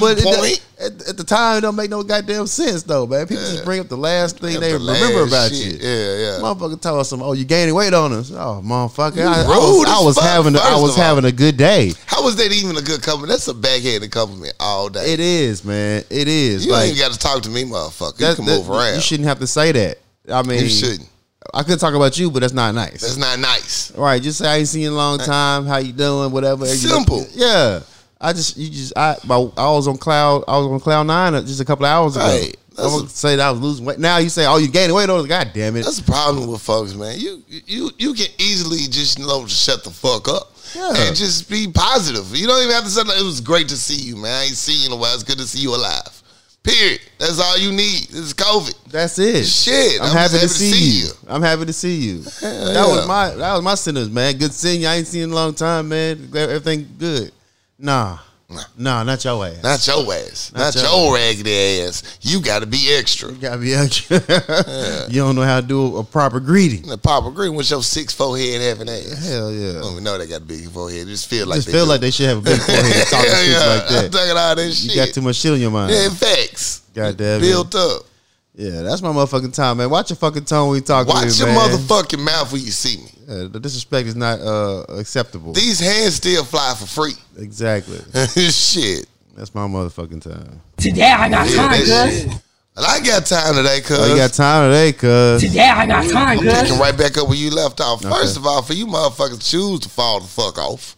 S1: but it
S2: Point.
S1: don't- at, at the time it don't make no goddamn sense though, man. People just bring up the last thing they
S2: The
S1: remember about
S2: last shit.
S1: you.
S2: Yeah, yeah.
S1: Motherfucker told us some, oh, you gaining weight on us. Oh, motherfucker, I, I was,
S2: rude
S1: I
S2: as
S1: was
S2: fuck,
S1: having a, I
S2: first
S1: was
S2: of all.
S1: having a good day.
S2: How was that even a good compliment? That's a backhanded compliment all day.
S1: It is, man. It is.
S2: you
S1: like
S2: ain't got to talk to me, motherfucker.
S1: that-
S2: you can
S1: that-
S2: move around.
S1: You shouldn't have to say that. I mean,
S2: You shouldn't.
S1: I could talk about you, but that's not nice.
S2: That's not nice.
S1: All right, just say I ain't seen you in a long time. How you doing? Whatever. Hey, you look-
S2: Simple.
S1: yeah. I just you just I my, I was on cloud I was on cloud nine uh, just a couple of hours ago.
S2: Right.
S1: I was gonna say that I was losing weight. Now you say, oh, you gaining weight on us. God damn it.
S2: That's the problem with folks, man. You you you can easily just know to shut the fuck up
S1: Yeah.
S2: and just be positive. You don't even have to say like, it was great to see you, man. I ain't seen you in a while. It's good to see you alive. Period. That's all you need. This is COVID.
S1: That's it.
S2: Shit,
S1: I'm,
S2: I'm
S1: happy,
S2: just
S1: to see, you. I'm happy to see you. that
S2: yeah.
S1: was my that was my sentence, man. Good seeing you. I ain't seen you in a long time, man. Glad Everything good. Nah.
S2: Nah.
S1: Nah, not your ass.
S2: Not your ass.
S1: Not
S2: Not,
S1: your
S2: your, raggedy ass. You got to be extra.
S1: you gotta be extra. You don't know how to do a, a proper greeting.
S2: The Papa Green with your six forehead having ass.
S1: Hell yeah.
S2: I don't even know they got a big forehead. It just feel like
S1: just
S2: they
S1: feel
S2: do.
S1: like they should have a big forehead
S2: yeah,
S1: talking shit
S2: yeah.
S1: like
S2: I'm
S1: that.
S2: talking all that shit.
S1: You got too much shit on your mind.
S2: yeah,
S1: Yeah,
S2: facts.
S1: Goddamn it.
S2: Built up.
S1: that's my motherfucking time, man. Watch your fucking tone when you talk to me,
S2: Watch your
S1: man.
S2: motherfucking mouth when you see me.
S1: Yeah, the disrespect is not uh, acceptable.
S2: These hands still fly for free.
S1: exactly.
S2: shit.
S1: That's my motherfucking time.
S3: Today I got
S2: Yeah,
S3: time,
S2: that
S3: cuz.
S2: shit. And I got time today, cuz.
S1: Oh, you got time today, cuz.
S3: Today I got time, cuz.
S2: Picking right back up where you left off. First of all, for you motherfuckers choose to fall the fuck off.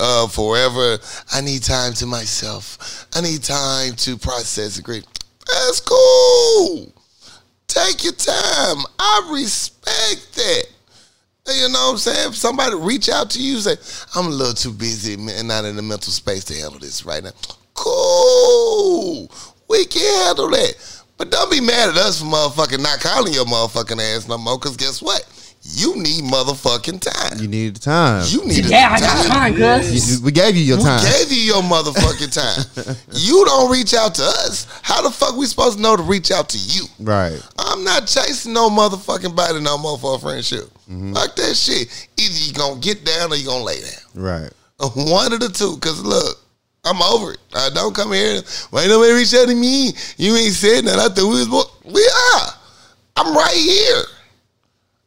S2: Uh, forever, I need time to myself. I need time to process. Agree. That's cool. Take your time. I respect that. You know what I'm saying? If somebody reach out to you, say, I'm a little too busy and not in the mental space to handle this right now. Cool. We can handle that. But don't be mad at us for motherfucking not calling your motherfucking ass no more, because guess what? You need motherfucking
S1: You
S2: time.
S1: need the time.
S2: You need a
S3: Today I got
S2: time.
S3: time, cuz.
S1: You- we gave you your time.
S2: We gave you your motherfucking time. you don't reach out to us. How the fuck we supposed to know to reach out to you?
S1: right.
S2: I'm not chasing no motherfucking body no more for a friendship.
S1: Mm-hmm.
S2: Fuck that shit. Either you gonna get down or you gonna lay down.
S1: Right.
S2: One of the two. Cause look, I'm over it. Uh, don't come here. Why ain't nobody reach out to me? You ain't said nothing. I thought we was. bo- We are. I'm right here.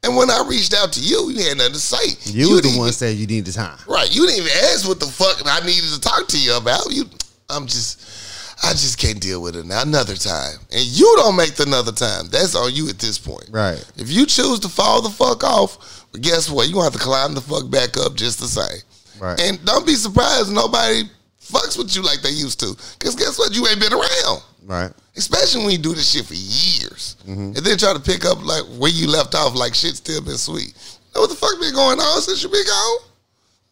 S2: And when I reached out to you, you had nothing to say.
S1: You, was the
S2: didn't-
S1: one said you need the time.
S2: Right. You didn't even ask what the fuck I needed to talk to you about. You I'm just I just can't deal with it now. Another time. And you don't make the another time. That's on you at this point.
S1: Right.
S2: If you choose to fall the fuck off, guess what? You gonna have to climb the fuck back up just the same.
S1: Right.
S2: And don't be surprised nobody fucks with you like they used to. Cause guess what? You ain't been around.
S1: Right.
S2: Especially when you do this shit for years. And then try to pick up like where you left off, like shit still been sweet. Know what the fuck been going on since you been gone?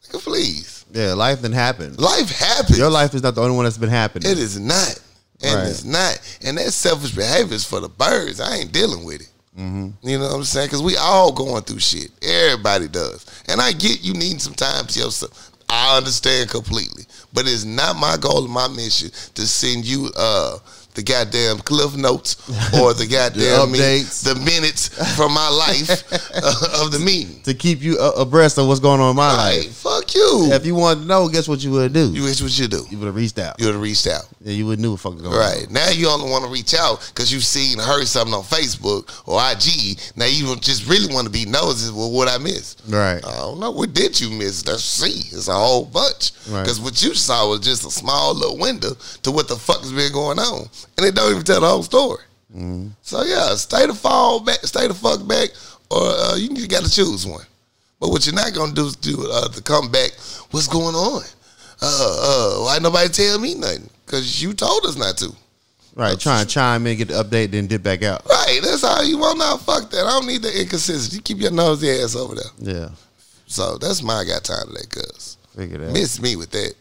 S2: Nigga, please.
S1: Yeah, life didn't happen.
S2: Life happens.
S1: Your life is not the only one that's been happening.
S2: It is not. And
S1: Right.
S2: it's not. And that selfish behavior is for the birds. I ain't dealing with it.
S1: Mm-hmm.
S2: You know what I'm saying? Because we all going through shit. Everybody does. And I get you needing some time to yourself. I understand completely. But it's not my goal or my mission to send you uh the goddamn cliff notes or the goddamn min-
S1: updates.
S2: the minutes from my life uh, of the meeting.
S1: To keep you a- abreast of what's going on in my
S2: Like,
S1: life.
S2: fuck you.
S1: If you wanted to know, guess what you would do?
S2: you
S1: You,
S2: wish what you do.
S1: would have reached out.
S2: You would have reached out.
S1: yeah, you would have knew what fucking going on.
S2: Right. Now you only want to reach out because you've seen heard something on Facebook or IG. Now you don't just really want to be nosy. Well, what I miss?
S1: Right.
S2: I don't know. What did you miss? Let's see. It's a whole bunch.
S1: Right.
S2: Because what you saw was just a small little window to what the fuck has been going on, and it don't even tell the whole story. So yeah, stay the fall back, stay the fuck back, or uh, you just got to choose one. But what you're not gonna do is do uh, the comeback. What's going on? Uh, uh, why nobody tell me nothing? Because you told us not to.
S1: Right. Try and chime in, get the update, then dip back out.
S2: Right, that's how you want now. Fuck that. I don't need the inconsistency. Keep your nosy ass over there.
S1: Yeah.
S2: So that's my I got time today, cuz.
S1: Figure that
S2: Miss me with that.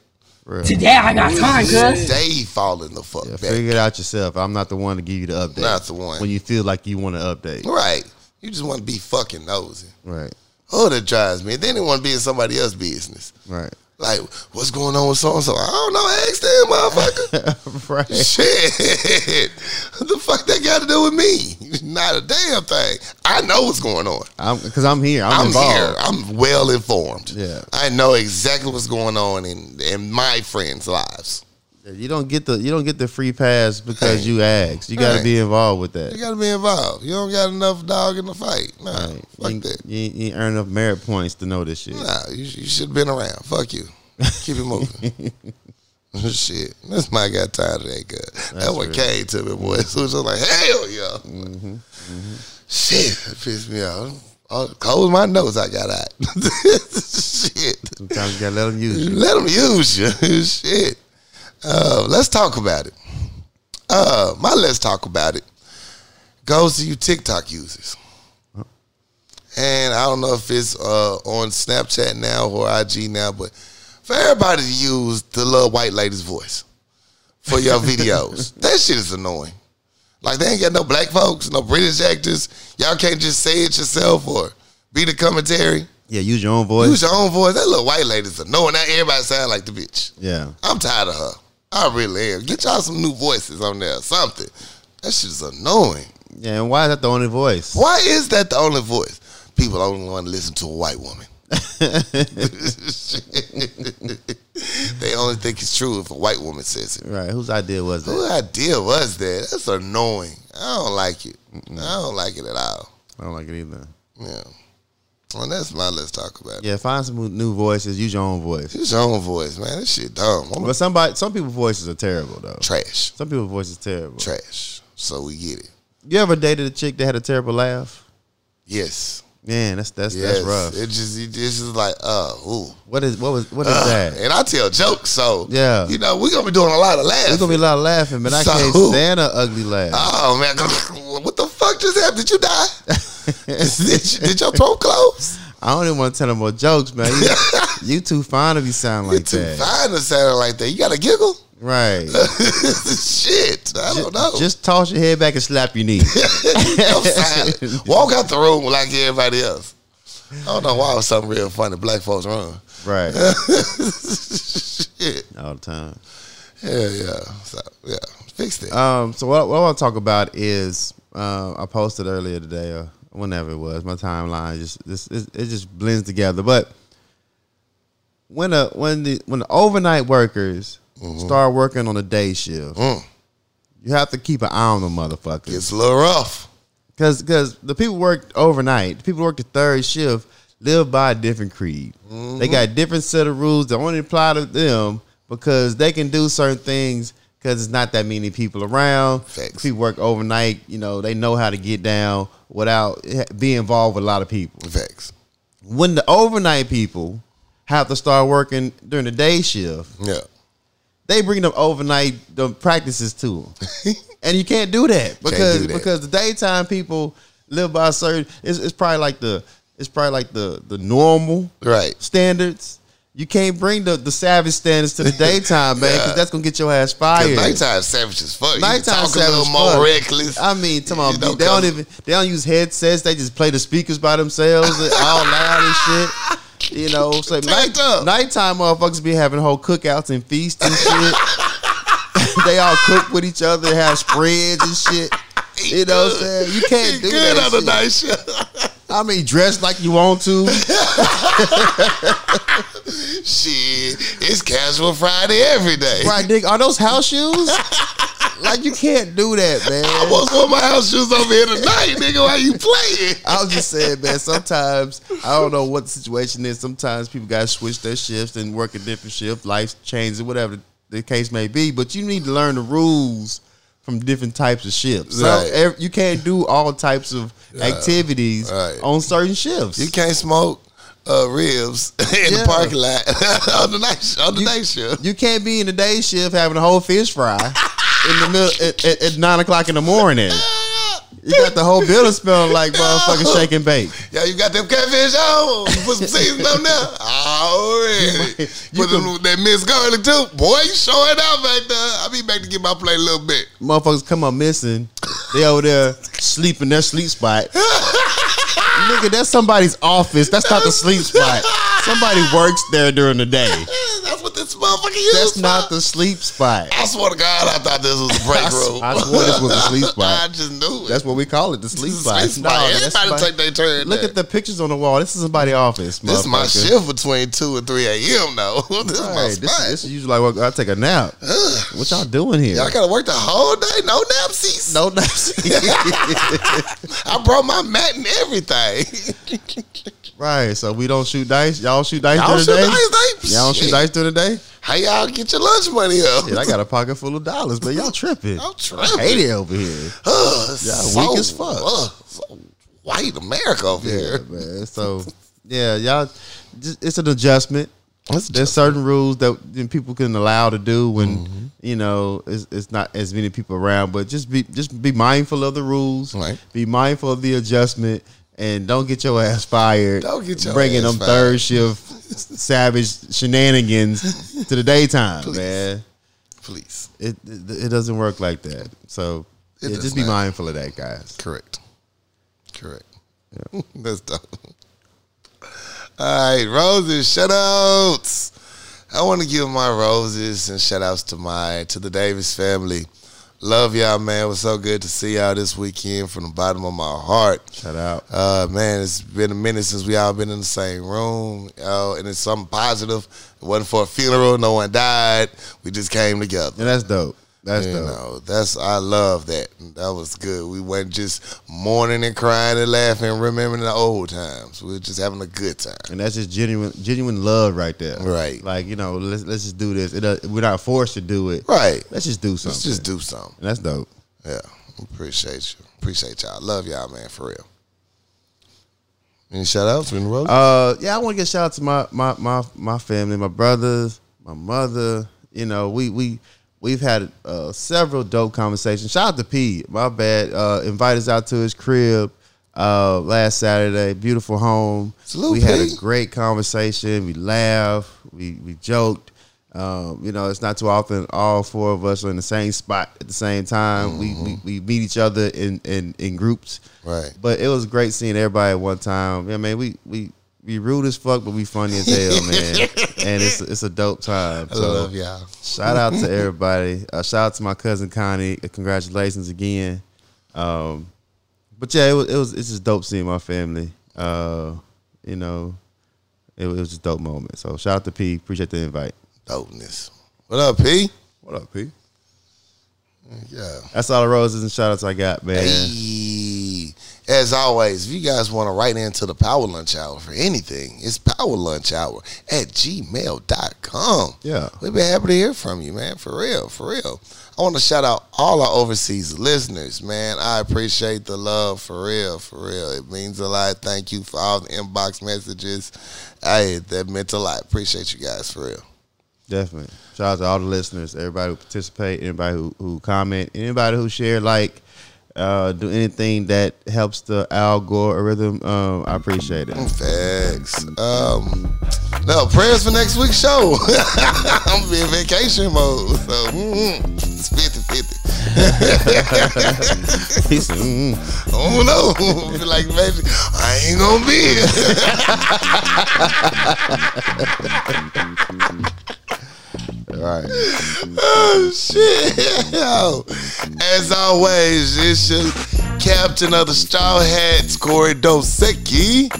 S1: Real.
S3: Today I got time, cuz.
S2: They falling the fuck
S1: Yeah,
S2: back.
S1: figure it out yourself. I'm not the one to give you the update.
S2: Not the one.
S1: When you feel like you want to update.
S2: Right. You just want to be fucking nosy.
S1: Right.
S2: Oh, that drives me. Then they want to be in somebody else's business.
S1: Right.
S2: Like, what's going on with so and so? I don't know. Ask them, motherfucker.
S1: right.
S2: Shit. what the fuck that got to do with me? Not a damn thing. I know what's going on.
S1: I'm because I'm here. I'm,
S2: I'm
S1: involved.
S2: here. I'm well informed.
S1: Yeah.
S2: I know exactly what's going on in, in my friends' lives.
S1: You don't get the you don't get the free pass because you asked. You got to
S2: Right.
S1: be involved with
S2: You
S1: that.
S2: gotta be involved. You don't got enough dog in the fight. Nah,
S1: Right.
S2: fuck
S1: you,
S2: that.
S1: You, you earn enough merit points to know this shit.
S2: Nah, you, you should have been around. Fuck you. Keep it moving. Shit, that's my guy tired of that guy. That one
S1: real.
S2: came to me, boy. So it's just like, hell yeah. Shit, it pissed me off. I closed my nose, I got out. Shit.
S1: Sometimes you got to let them use you.
S2: Let them use you. Shit. Uh, let's talk about it. Uh, my let's talk about it goes to you TikTok users. And I don't know if it's uh, on Snapchat now or IG now, but for everybody to use the little white lady's voice for your videos, that shit is annoying. Like they ain't got no black folks, no British actors. Y'all can't just say it yourself or be the commentary.
S1: Yeah, use your own voice.
S2: Use your own voice. That little white lady's annoying. Now everybody sound like the bitch.
S1: yeah,
S2: I'm tired of her. I really am. Get y'all some new voices on there or something. That shit is annoying.
S1: yeah. And why is that the only voice?
S2: Why is that the only voice? People only want to listen to a white woman. they only think it's true if a white woman says it.
S1: Right. Whose idea was that?
S2: Whose idea was that? That's annoying. I don't like it. I don't like it at all.
S1: I don't like it either.
S2: Yeah. Well, that's my let's talk about it.
S1: Yeah, find some new voices. Use your own voice.
S2: It's your own voice, man. This shit dumb. I'm
S1: But somebody, some people's voices are terrible though.
S2: trash.
S1: Some people's voices terrible.
S2: trash. So we get it.
S1: You ever dated a chick that had a terrible laugh?
S2: Yes.
S1: Man, that's that's
S2: Yes.
S1: that's rough.
S2: It just it just is like, uh, ooh.
S1: What is what was
S2: Uh,
S1: what is that?
S2: And I tell jokes, so
S1: Yeah.
S2: you know, we're gonna be doing a lot of laughs.
S1: There's gonna be a lot of laughing, but I
S2: So-
S1: can't stand an ugly laugh.
S2: Oh man, what the fuck just happened? Did you die? did, you, did your throat close?
S1: I don't even want to tell them more jokes, man. You, you too fond of you sound like
S2: You're too
S1: that,
S2: fine to sound like that. You gotta giggle?
S1: right?
S2: Shit. I don't know.
S1: Just toss your head back and slap your knee.
S2: I'm silent. Walk out the room like everybody else. I don't know why was something real funny. Black folks run.
S1: right,
S2: Shit.
S1: all the time.
S2: Yeah, yeah. So yeah. Fix that.
S1: Um, so what, what I want to talk about is uh, I posted earlier today or whenever it was. My timeline just this it, it just blends together. But when a when the when the overnight workers start working on a day shift,
S2: Mm.
S1: you have to keep an eye on the motherfuckers.
S2: It's a little rough.
S1: Cause, cause the people work overnight. The people work the third shift live by a different creed. They got different set of rules that only apply to them because they can do certain things because it's not that many people around.
S2: Facts.
S1: People work overnight. You know they know how to get down without eh, being involved with a lot of people.
S2: Facts.
S1: When the overnight people have to start working during the day shift,
S2: Yeah.
S1: they bring them overnight the practices to them, and you can't do that because
S2: do that.
S1: because the daytime people live by certain. It's, it's probably like the it's probably like the the normal
S2: Right.
S1: standards. You can't bring the the savage standards to the daytime, man, because
S2: Yeah.
S1: that's gonna get your ass
S2: Cause
S1: fired.
S2: nighttime savage as fuck. Nighttime you can
S1: Nighttime
S2: talk a little
S1: savage
S2: more
S1: fuck. Uh,
S2: reckless.
S1: I mean, come on,
S2: You don't
S1: they don't
S2: come-
S1: even they don't use headsets. They just play the speakers by themselves, and all loud and shit. You know, so night,
S2: Turned up.
S1: nighttime motherfuckers be having whole cookouts and feasts and shit. they all cook with each other, have spreads and shit. You know what I'm saying? You can't do
S2: good
S1: that.
S2: on the
S1: Shit.
S2: night shift.
S1: I mean, dress like you want to.
S2: Shit, it's casual Friday every day.
S1: Right, dick. Are those house shoes? like you can't do that, man.
S2: I was with my house shoes over here tonight, nigga. Why you playing?
S1: I was just saying, man. Sometimes I don't know what the situation is. Sometimes people got to switch their shifts and work a different shift. Life changes, whatever the case may be. But you need to learn the rules from different types of shifts. So
S2: Right.
S1: ev- you can't do all types of activities
S2: Right.
S1: on certain shifts.
S2: You can't smoke uh, ribs in
S1: Yeah.
S2: the parking lot on the night sh- on the night shift.
S1: You can't be in the day shift having a whole fish fry in the middle at, at, at nine o'clock in the morning. You got the whole building smelling like motherfucking shake and bake.
S2: Yeah, you got them catfish on. You put some seasoning on there. Already.
S1: You
S2: put them, that Miss Garlic too. Boy, you showing out back there. I'll be back to get my plate a little bit.
S1: motherfuckers come up missing. They over there sleep in their sleep spot. Nigga, that's somebody's office. That's not the sleep spot. Somebody works there during the day.
S2: Yeah, That's what this motherfucker used.
S1: That's not
S2: for.
S1: the sleep spot.
S2: I swear to God, I thought this was a break
S1: I s-
S2: room.
S1: I swore this was a sleep
S2: I
S1: spot.
S2: just knew it.
S1: That's what we call it, the
S2: This
S1: sleep
S2: is
S1: spot.
S2: sleep
S1: No,
S2: spot.
S1: that's
S2: Everybody
S1: somebody-
S2: take their turn.
S1: Look
S2: there.
S1: at the pictures on the wall. This is somebody's office.
S2: This is my
S1: motherfucker.
S2: shift between two and three a.m. though. this
S1: All
S2: is
S1: right,
S2: my
S1: this,
S2: spot.
S1: this is usually like I take a nap. what y'all doing here?
S2: Y'all gotta work the whole day. No napsies.
S1: no naps.
S2: I brought my mat and everything.
S1: right, so we don't shoot dice. Y'all shoot dice
S2: Y'all
S1: during
S2: shoot
S1: the day.
S2: dice, they-
S1: Y'all don't shoot
S2: Shit.
S1: dice during the day.
S2: How y'all get your lunch money up?
S1: Shit, I got a pocket full of dollars, but y'all tripping.
S2: I'm
S1: I hate
S2: trying.
S1: it over here.
S2: Ugh,
S1: Y'all weak as fuck.
S2: ugh, so white America over
S1: Yeah,
S2: here.
S1: man. So, yeah, y'all, just, it's an adjustment. There's certain rules that then people can allow to do when
S2: Mm-hmm.
S1: you know it's, it's not as many people around. But just be just be mindful of the rules.
S2: Right.
S1: Be mindful of the adjustment, and don't get your ass fired.
S2: Don't get your
S1: bringing
S2: ass
S1: them
S2: fired.
S1: third shift savage shenanigans to the daytime, man.
S2: Please.
S1: It, it it doesn't work like that. So
S2: It
S1: yeah,
S2: does
S1: just be
S2: not.
S1: mindful of that, guys.
S2: Correct. Correct. That's dope. All right, roses, shout outs. I want to give my roses and shout outs to my to the Davis family. Love y'all, man. It was so good to see y'all this weekend from the bottom of my heart.
S1: Shout out.
S2: Uh, man, it's been a minute since we all been in the same room. Oh, and it's something positive. It wasn't for a funeral. No one died. We just came together.
S1: And that's dope. That's
S2: You
S1: dope.
S2: know, that's I love that. That was good. We weren't just mourning and crying and laughing, remembering the old times. We were just having a good time.
S1: And that's just genuine, genuine love right there.
S2: Right.
S1: Like you know, let's let's just do this. It, does we're not forced to do it.
S2: Right.
S1: Let's just do something.
S2: Let's just do something.
S1: And that's dope.
S2: Yeah. Appreciate you. Appreciate y'all. Love y'all, man, for real. Any shout outs? Any road?
S1: Uh, yeah, I want to give a shout out to my my my my family, my brothers, my mother. You know, we we we've had uh, several dope conversations. Shout out to P. My bad. Uh, invite us out to his crib uh, last Saturday. Beautiful home.
S2: Salute,
S1: we had a
S2: P.
S1: great conversation. We laughed. We we joked. Um, you know, it's not too often all four of us are in the same spot at the same time.
S2: Mm-hmm.
S1: We, we we meet each other in in, in groups.
S2: Right.
S1: But it was great seeing everybody at one time. I mean, we we we rude as fuck, but we funny as hell, man. and it's it's a dope time.
S2: I
S1: Uh, so
S2: love y'all.
S1: shout out to everybody. Uh, shout out to my cousin Connie. Uh, Congratulations again. Um, but yeah, it was it was it's just dope seeing my family. Uh, you know, it, was- it was just a dope moment. So shout out to P. Appreciate the invite.
S2: Dopeness. What up, P?
S1: What up, P?
S2: Yeah.
S1: That's all the roses and shout outs I got, man.
S2: Hey. As always, if you guys want to write into the Power Lunch Hour for anything, it's powerlunchhour at gmail.com.
S1: Yeah.
S2: We'd be happy to hear from you, man. For real, for real. I want to shout out all our overseas listeners, man. I appreciate the love, for real, for real. It means a lot. Thank you for all the inbox messages. I that meant a lot. Appreciate you guys, for real.
S1: Definitely. Shout out to all the listeners, everybody who participate, anybody who, who comment, anybody who share, like, uh, do anything that helps the algorithm. Um, I appreciate it.
S2: Facts. Um, no prayers for next week's show. I'm gonna be in vacation mode, so mm, it's 50-50.
S1: Peace. Mm.
S2: I don't know. Be like, baby, I ain't gonna be here.
S1: All right.
S2: oh shit! Yo. As always, it's your captain of the Straw Hats, Corey Dosecki,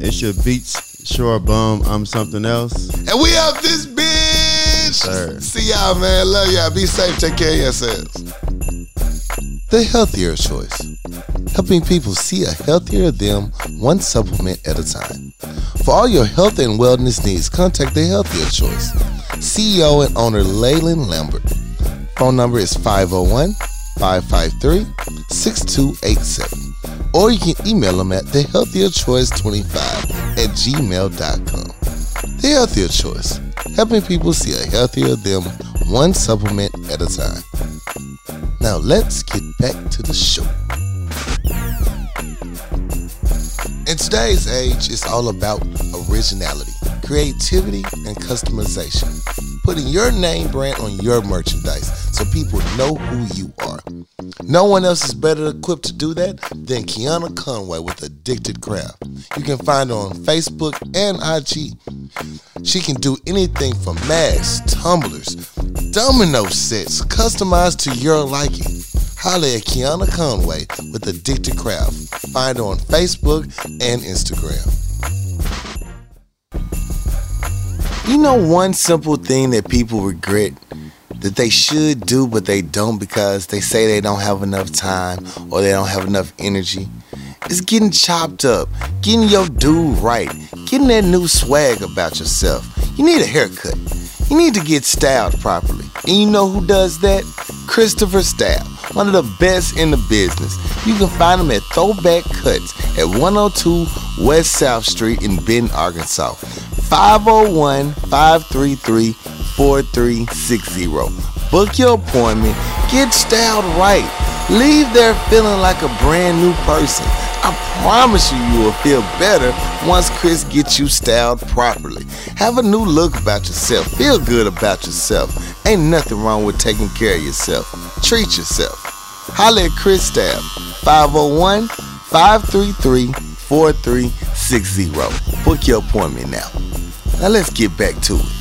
S1: It's your beats, sure bum. I'm something else.
S2: and we up this bitch.
S1: Sir.
S2: See y'all, man. Love y'all. Be safe. Take care of yourselves. The healthier choice. helping people see a healthier them one supplement at a time. For all your health and wellness needs, contact The Healthier Choice. CEO and owner Leyland Lambert. Phone number is 501 553 6287. Or you can email them at thehealthierchoice25 at gmail.com. The Healthier Choice, helping people see a healthier them one supplement at a time. Now let's get back to the show. In today's age, it's all about originality, creativity, and customization. Putting your name brand on your merchandise so people know who you are. No one else is better equipped to do that than Kiana Conway with Addicted Craft. You can find her on Facebook and IG. She can do anything from masks, tumblers, domino sets, customized to your liking. Holla at Kiana Conway with Addicted Craft. Find her on Facebook and Instagram. You know one simple thing that people regret that they should do but they don't because they say they don't have enough time or they don't have enough energy. It's getting chopped up, getting your dude right, getting that new swag about yourself. You need a haircut. You need to get styled properly. And you know who does that? Christopher Stab, one of the best in the business. You can find him at Throwback Cuts at 102 West South Street in Benton, Arkansas. 501 533 4360. Book your appointment. Get styled right. Leave there feeling like a brand new person. I promise you, you will feel better once Chris gets you styled properly. Have a new look about yourself. Feel good about yourself. Ain't nothing wrong with taking care of yourself. Treat yourself. Holla at Chris oh Stab, 501 533 4360. Book your appointment now. Now let's get back to it.